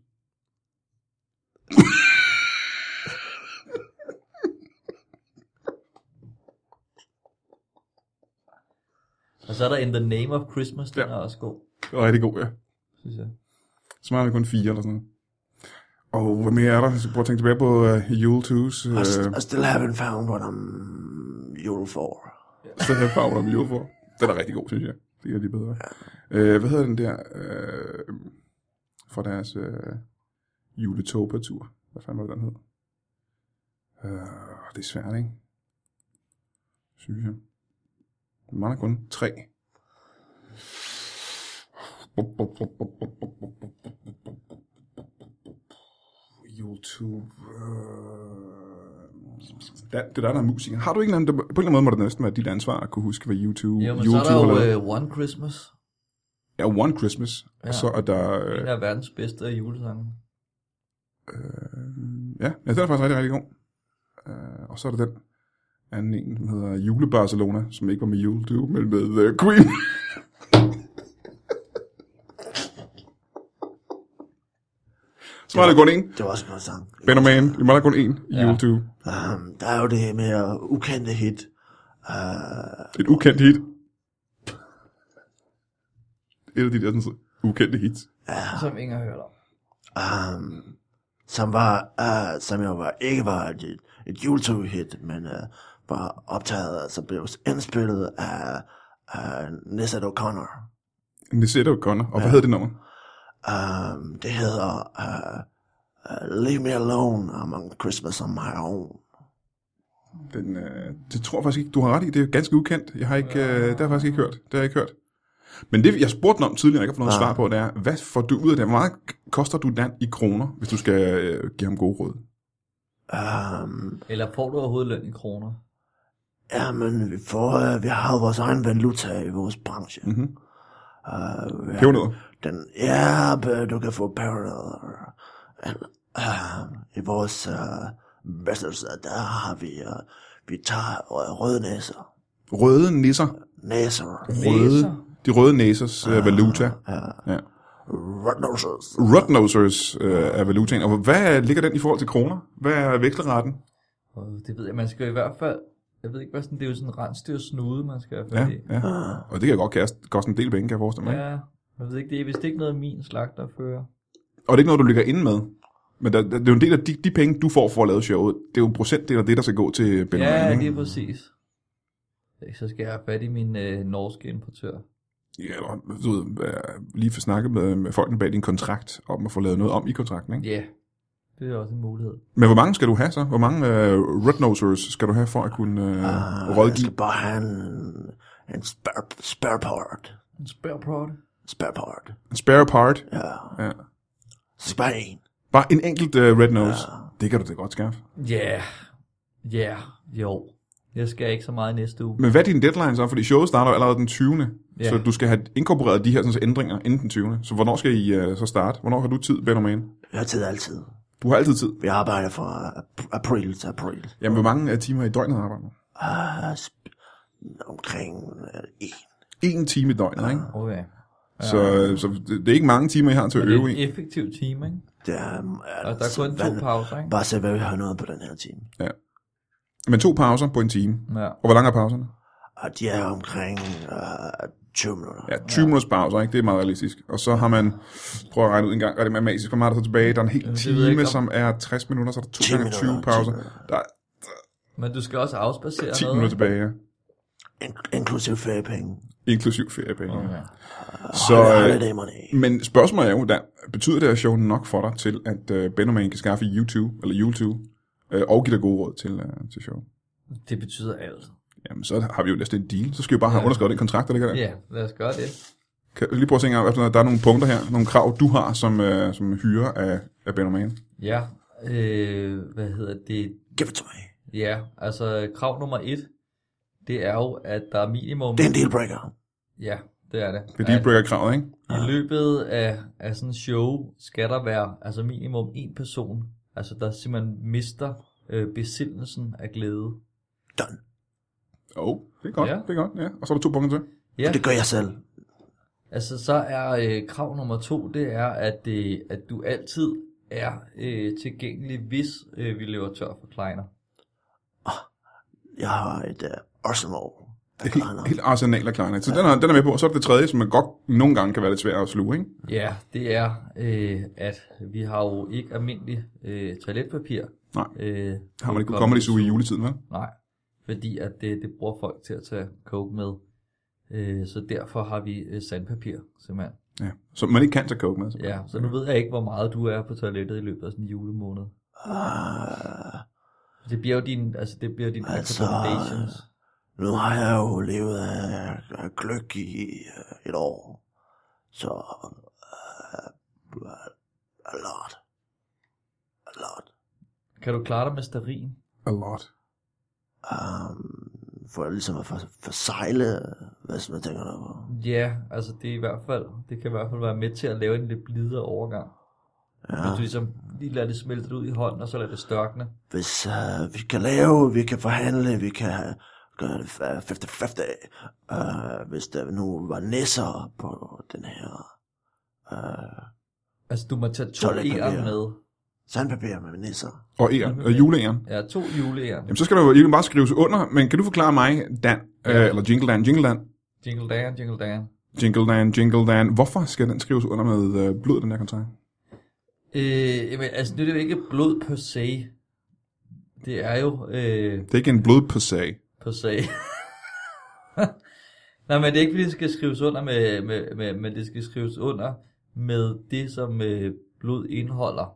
Speaker 2: Og så er der In the Name of Christmas, den
Speaker 1: Ja.
Speaker 2: er også god,
Speaker 1: Det var rigtig god, ja.
Speaker 2: synes jeg.
Speaker 1: Så meget er der kun fire eller sådan noget. Og hvad mere er der? Jeg skal prøve at tænke tilbage på uh, Yule 2's. Uh,
Speaker 3: I, st- I still haven't found what I'm Yule for.
Speaker 1: så her farver om Yule for. Den er rigtig god, synes jeg. Det er de bedre. Uh, hvad hedder den der? Uh, fra deres uh, juletopa-tur. Hvad fanden var det, den hed? Uh, det er svært, ikke? Synes jeg. Der mangler kun tre. YouTube. Øh, Dan, det er der, der er musiker. Har du ikke en eller anden, på en eller anden måde må det næsten være dit ansvar at kunne huske, hvad YouTube,
Speaker 2: Jo, øh, men
Speaker 1: YouTube
Speaker 2: så er der
Speaker 1: har lavet.
Speaker 2: jo uh, One Christmas.
Speaker 1: Ja, One Christmas. Ja.
Speaker 2: Ja.
Speaker 1: Og så er der... Øh,
Speaker 2: En af verdens bedste julesange.
Speaker 1: Ja, ja, den er faktisk rigtig, rigtig god. Uh, og så er der den anden en, som hedder Jule Barcelona, som ikke var med Jule Dew, men med uh, Queen. så var der kun én.
Speaker 3: Det var også en god sang.
Speaker 1: Bannerman, det var der kun én i
Speaker 2: Ja.
Speaker 1: Jule Dew.
Speaker 3: Um, der er jo det mere ukendte hit. Uh,
Speaker 1: Et ukendt hit. Et af de der sådan, så ukendte hits.
Speaker 2: Som ingen har hørt om.
Speaker 3: um, som var, uh, som jo var, ikke var et, et juletog-hit, men uh, var optaget, altså blev indspillet af uh, Nessa O'Connor.
Speaker 1: Nisette O'Connor. Og ja. hvad hed det nummer?
Speaker 3: Um, det hedder uh, uh, Leave Me Alone Among Christmas on My Own.
Speaker 1: Den, øh, det tror jeg faktisk ikke, du har ret i. Det er ganske ukendt. Jeg har ikke, øh, det har jeg faktisk ikke hørt. Det har jeg ikke hørt. Men det, jeg spurgte den om tidligere, og ikke har fået noget svar på, det er, hvad får du ud af det? Hvor meget k- koster du den i kroner, hvis du skal øh, give ham gode råd?
Speaker 3: Um,
Speaker 2: Eller får du overhovedet løn i kroner?
Speaker 3: ja, men vi, får, uh, vi har jo vores egen valuta i vores branche.
Speaker 1: Mhm.
Speaker 3: Uh, ja.
Speaker 1: Pebernødder.
Speaker 3: Den, ja, b- du kan få parallel. Uh, I vores uh, vessels, øh, der har vi, uh, vi tager uh, røde næser.
Speaker 1: Røde nisser.
Speaker 3: Næser.
Speaker 1: Røde, de røde næsers øh, valuta. Ja.
Speaker 3: Red noses.
Speaker 1: Rudnosers øh, er valutaen. Og hvad ligger den i forhold til kroner? Hvad er veksleretten?
Speaker 2: Og det ved jeg, man skal jo i hvert fald... Jeg ved ikke, hvad sådan, det er jo sådan en rensdyr snude, man skal have
Speaker 1: Ja,
Speaker 2: fat i.
Speaker 3: Øh,
Speaker 1: ja. Og det kan godt kaste- koste en del penge, kan jeg forestille mig. Ja.
Speaker 2: ja. Jeg ved ikke, det er vist ikke noget, min slagter fører.
Speaker 1: Og det er ikke noget, du ligger inde med. Men der, der, det er jo en del af de, de penge, du får for at lave showet. Det er jo en procentdel af det, der skal gå til Ben
Speaker 2: Ja, lige præcis. Så skal jeg have fat i min øh, norske importør.
Speaker 1: Ja, eller, du ved, øh, lige få snakket med, med folkene bag din kontrakt, om at få lavet noget om i kontrakten. Ikke?
Speaker 2: Ja, yeah. det er også en mulighed.
Speaker 1: Men hvor mange skal du have så? Hvor mange øh, rednosers skal du have for at kunne øh,
Speaker 3: Ah, Jeg
Speaker 1: rådgive?
Speaker 3: skal bare have en, en spare, spare part.
Speaker 2: En spare prod.
Speaker 3: Spare part.
Speaker 1: En spare part?
Speaker 3: Ja.
Speaker 1: Ja.
Speaker 3: Så bare en.
Speaker 1: Bare en enkelt øh, red nose? Det kan du da godt skaffe.
Speaker 2: Ja, ja, jo. Jeg skal ikke så meget i næste uge.
Speaker 1: Men hvad er din deadline så? Fordi showet starter jo allerede den 20.
Speaker 2: Ja.
Speaker 1: Så du skal have inkorporeret de her sådan, så ændringer inden den 20. Så hvornår skal I øh, så starte? Hvornår har du tid, Benjamin?
Speaker 3: Jeg har tid altid.
Speaker 1: Du har altid tid.
Speaker 3: Vi arbejder fra ap- april til april.
Speaker 1: Jamen, hvor mange øh, timer i døgnet arbejder du?
Speaker 3: Uh, omkring øh, en.
Speaker 1: En time i døgnet, ikke?
Speaker 2: Okay.
Speaker 1: Så, øh, så det, det er ikke mange timer, I har til at
Speaker 2: Men det
Speaker 1: øve
Speaker 2: er
Speaker 1: i.
Speaker 2: en effektiv time, ikke?
Speaker 3: Det er, um,
Speaker 2: Og der er kun to pauser, ikke?
Speaker 3: Bare se, hvad vi har nået på den her time.
Speaker 1: Men to pauser på en time.
Speaker 2: Ja.
Speaker 1: Og hvor lange er pauserne?
Speaker 3: Og de er omkring øh, 20 minutter.
Speaker 1: Ja, 20 ja. minutters pauser, ikke? Det er meget realistisk. Og så har man, prøv at regne ud en gang, er det matematisk, hvor meget er der så tilbage? Der er en hel
Speaker 2: det ved jeg
Speaker 1: time,
Speaker 2: ikke, om-
Speaker 1: som er 60 minutter, så er der 2
Speaker 3: 10
Speaker 1: gange
Speaker 3: minutter,
Speaker 1: 20
Speaker 3: 10
Speaker 1: pauser.
Speaker 3: minutter.
Speaker 1: Der er
Speaker 2: Men du skal også afspacere
Speaker 1: 10
Speaker 2: noget.
Speaker 1: minutter tilbage, ja.
Speaker 3: In- inklusiv feriepenge.
Speaker 1: Inklusiv feriepenge. Okay.
Speaker 2: Okay.
Speaker 1: Så,
Speaker 3: Og
Speaker 1: øh,
Speaker 3: holiday money.
Speaker 1: men spørgsmålet er jo, der, betyder det her show nok for dig til, at øh, Benjamin kan skaffe YouTube, eller YouTube, øh, og give dig gode råd til, øh, til showet?
Speaker 2: Det betyder alt.
Speaker 1: Jamen, så har vi jo næsten en deal. Så skal vi jo bare have underskrevet den kontrakt, der ligger der.
Speaker 2: Ja, lad os gøre det.
Speaker 1: Kan du lige prøve at tænke, at der er nogle punkter her, nogle krav, du har som, øh, som hyre af, af Benjamin.
Speaker 2: Ja, øh, hvad hedder det?
Speaker 3: Give it to me.
Speaker 2: Ja, altså krav nummer et, det er jo, at der er minimum...
Speaker 3: Det er en dealbreaker.
Speaker 2: Ja, det er det.
Speaker 1: Det er dealbreaker-kravet, ikke?
Speaker 2: At I løbet af, af sådan en show skal der være altså minimum en person, altså der simpelthen mister øh, besindelsen af glæde.
Speaker 3: Done.
Speaker 1: Oh, det er godt, ja.
Speaker 2: Ja.
Speaker 1: det er godt, ja. Og så er der to punkter til.
Speaker 2: Ja,
Speaker 3: Det gør jeg selv.
Speaker 2: altså så er øh, krav nummer to, det er, at, øh, at du altid er øh, tilgængelig, hvis øh, vi løber tør for kleiner.
Speaker 3: Jeg har et øh, arsenal. af kleiner.
Speaker 1: Helt, helt arsenal af klarnet. Så ja. den, er, den er med på. Og så er det det tredje, som man godt nogle gange kan være lidt svært at sluge, ikke?
Speaker 2: Ja, det er, øh, at vi har jo ikke almindelig øh, toiletpapir.
Speaker 1: Nej.
Speaker 2: Øh,
Speaker 1: Har man ikke kunne komme lige uge i juletiden, vel?
Speaker 2: Nej, fordi at det, det bruger folk til at tage coke med. Øh, så derfor har vi øh, sandpapir, simpelthen.
Speaker 1: Ja. Så man ikke kan tage coke med. Så.
Speaker 2: Ja, så nu ved jeg ikke, hvor meget du er på toilettet i løbet af sådan en julemåned.
Speaker 3: Øh,
Speaker 2: Det bliver jo din, altså det bliver din
Speaker 3: Altså,
Speaker 2: recommendations.
Speaker 3: nu har jeg jo levet af, af gløk i øh, et år. Så... Uh, a lot. A lot.
Speaker 2: Kan du klare dig med sterin?
Speaker 1: A lot.
Speaker 3: Um, for ligesom at for, forsegle, hvad som jeg tænker der på.
Speaker 2: Ja, altså det er i hvert fald, det kan i hvert fald være med til at lave en lidt blidere overgang. Ja. Hvis du ligesom lige lader det smelte ud i hånden, og så lader det størkne.
Speaker 3: Hvis øh, vi kan lave, vi kan forhandle, vi kan gøre det 50-50. Øh, hvis der nu var nisser på den her øh,
Speaker 2: Altså du må tage to
Speaker 3: Toiletpapir.
Speaker 2: æren med.
Speaker 3: sandpapir med nisser.
Speaker 1: Og æren, og juleæren.
Speaker 2: Ja, to juleæren.
Speaker 1: Jamen, så skal der jo ikke bare skrives under, men kan du forklare mig, Dan, øh, eller Jingle Dan, Jingle Dan,
Speaker 2: Jingle dan, jingle dan.
Speaker 1: Jingle Dan, Jingle Dan, hvorfor skal den skrives under med øh, blod, den her kontrakt?
Speaker 2: Øh, jamen, altså nu er det jo ikke blod per se. Det er jo øh,
Speaker 1: Det er ikke en blod per se.
Speaker 2: per se. Nej, men det er ikke fordi, det skal skrives under med, med, med, med det skal skrives under med det, som øh, blod indeholder.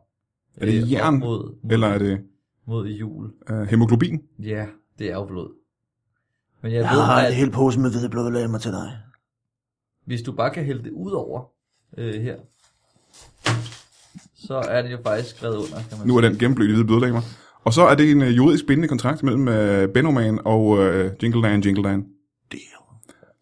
Speaker 2: Øh,
Speaker 1: Er det
Speaker 2: op
Speaker 1: jern,
Speaker 2: mod, mod,
Speaker 1: Eller er det
Speaker 2: mod jul.
Speaker 1: øh, hemoglobin?
Speaker 2: Ja, det er jo blod. Men jeg
Speaker 3: Jeg
Speaker 2: ved,
Speaker 3: har
Speaker 2: at
Speaker 3: en hel pose med hvide blodlemmer til dig.
Speaker 2: hvis du bare kan hælde det ud over øh, her, så er det jo faktisk skrevet under, kan man
Speaker 1: Nu er den gennemblødt i hvide blodlegemer. Og så er det en øh, juridisk bindende kontrakt mellem øh, Benoman og øh, Jingle Dan, Jingle Dan.
Speaker 3: Deal.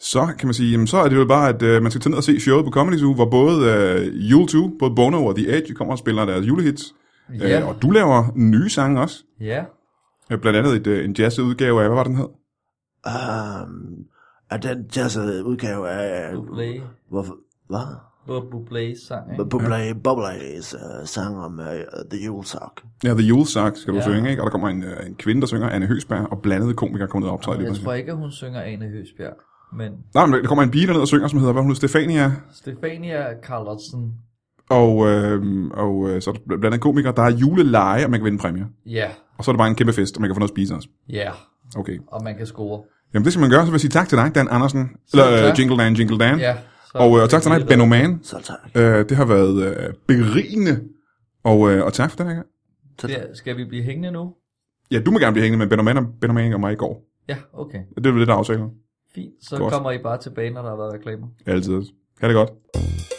Speaker 1: Så kan man sige, jamen, så er det jo bare, at øh, man skal tage ned og se showet på Comedy Zoo, hvor både øh, Jule 2, både Bono og The Edge kommer og spiller deres julehits.
Speaker 2: sige.
Speaker 1: Ja. Øh,
Speaker 2: Ja,
Speaker 1: og du laver nye sange også.
Speaker 2: ja.
Speaker 1: Øh, Blandt andet et, øh, en jazzudgave af, hvad var den hed?
Speaker 3: Um, er den jazzede udgave af...
Speaker 2: Bublé.
Speaker 3: Hvorfor? Hvad?
Speaker 2: Hvor Bublé sang, ikke?
Speaker 3: Bublé, Bublé's uh, sang om uh, The Yule Sock.
Speaker 1: Ja, The Yule Sock skal du
Speaker 2: Ja.
Speaker 1: ja. synge, ikke? Og der kommer en, øh, en kvinde, der synger, Anne Høsberg, og blandede komikere kommer ned og optræde.
Speaker 2: Jeg
Speaker 1: lidt.
Speaker 2: tror ikke, at hun synger Ane Høsbjerg, men
Speaker 1: Nej, men der kommer en pige derned og synger, som hedder, hvad hun hedder, Stefania.
Speaker 2: Stefania Carlotsen,
Speaker 1: Og, øh, og øh, så er der blandt andet komikere, der er juleleje, og man kan vinde præmier.
Speaker 2: ja,
Speaker 1: Og så er det bare en kæmpe fest, og man kan få noget at spise også.
Speaker 2: ja,
Speaker 1: Okay.
Speaker 2: og man kan score.
Speaker 1: Jamen det skal man gøre, så vil jeg sige tak til dig, Dan Andersen. Eller
Speaker 2: tak.
Speaker 1: øh, Jingle Dan, Jingle Dan.
Speaker 2: Ja, så
Speaker 1: Og, øh, og tak til dig, Benno Man.
Speaker 3: Så tak.
Speaker 1: Øh, det har været øh, berigende. Og, øh, og tak for den her gang.
Speaker 2: Der, skal vi blive hængende nu?
Speaker 1: Ja, du må gerne blive hængende med Benno Man og Benno Man og mig i går.
Speaker 2: Ja, okay.
Speaker 1: Det er vel det, der er aftalen.
Speaker 2: Fint, så
Speaker 1: Godt.
Speaker 2: kommer I bare tilbage, når der har været reklamer.
Speaker 1: Altid. Ha' det godt.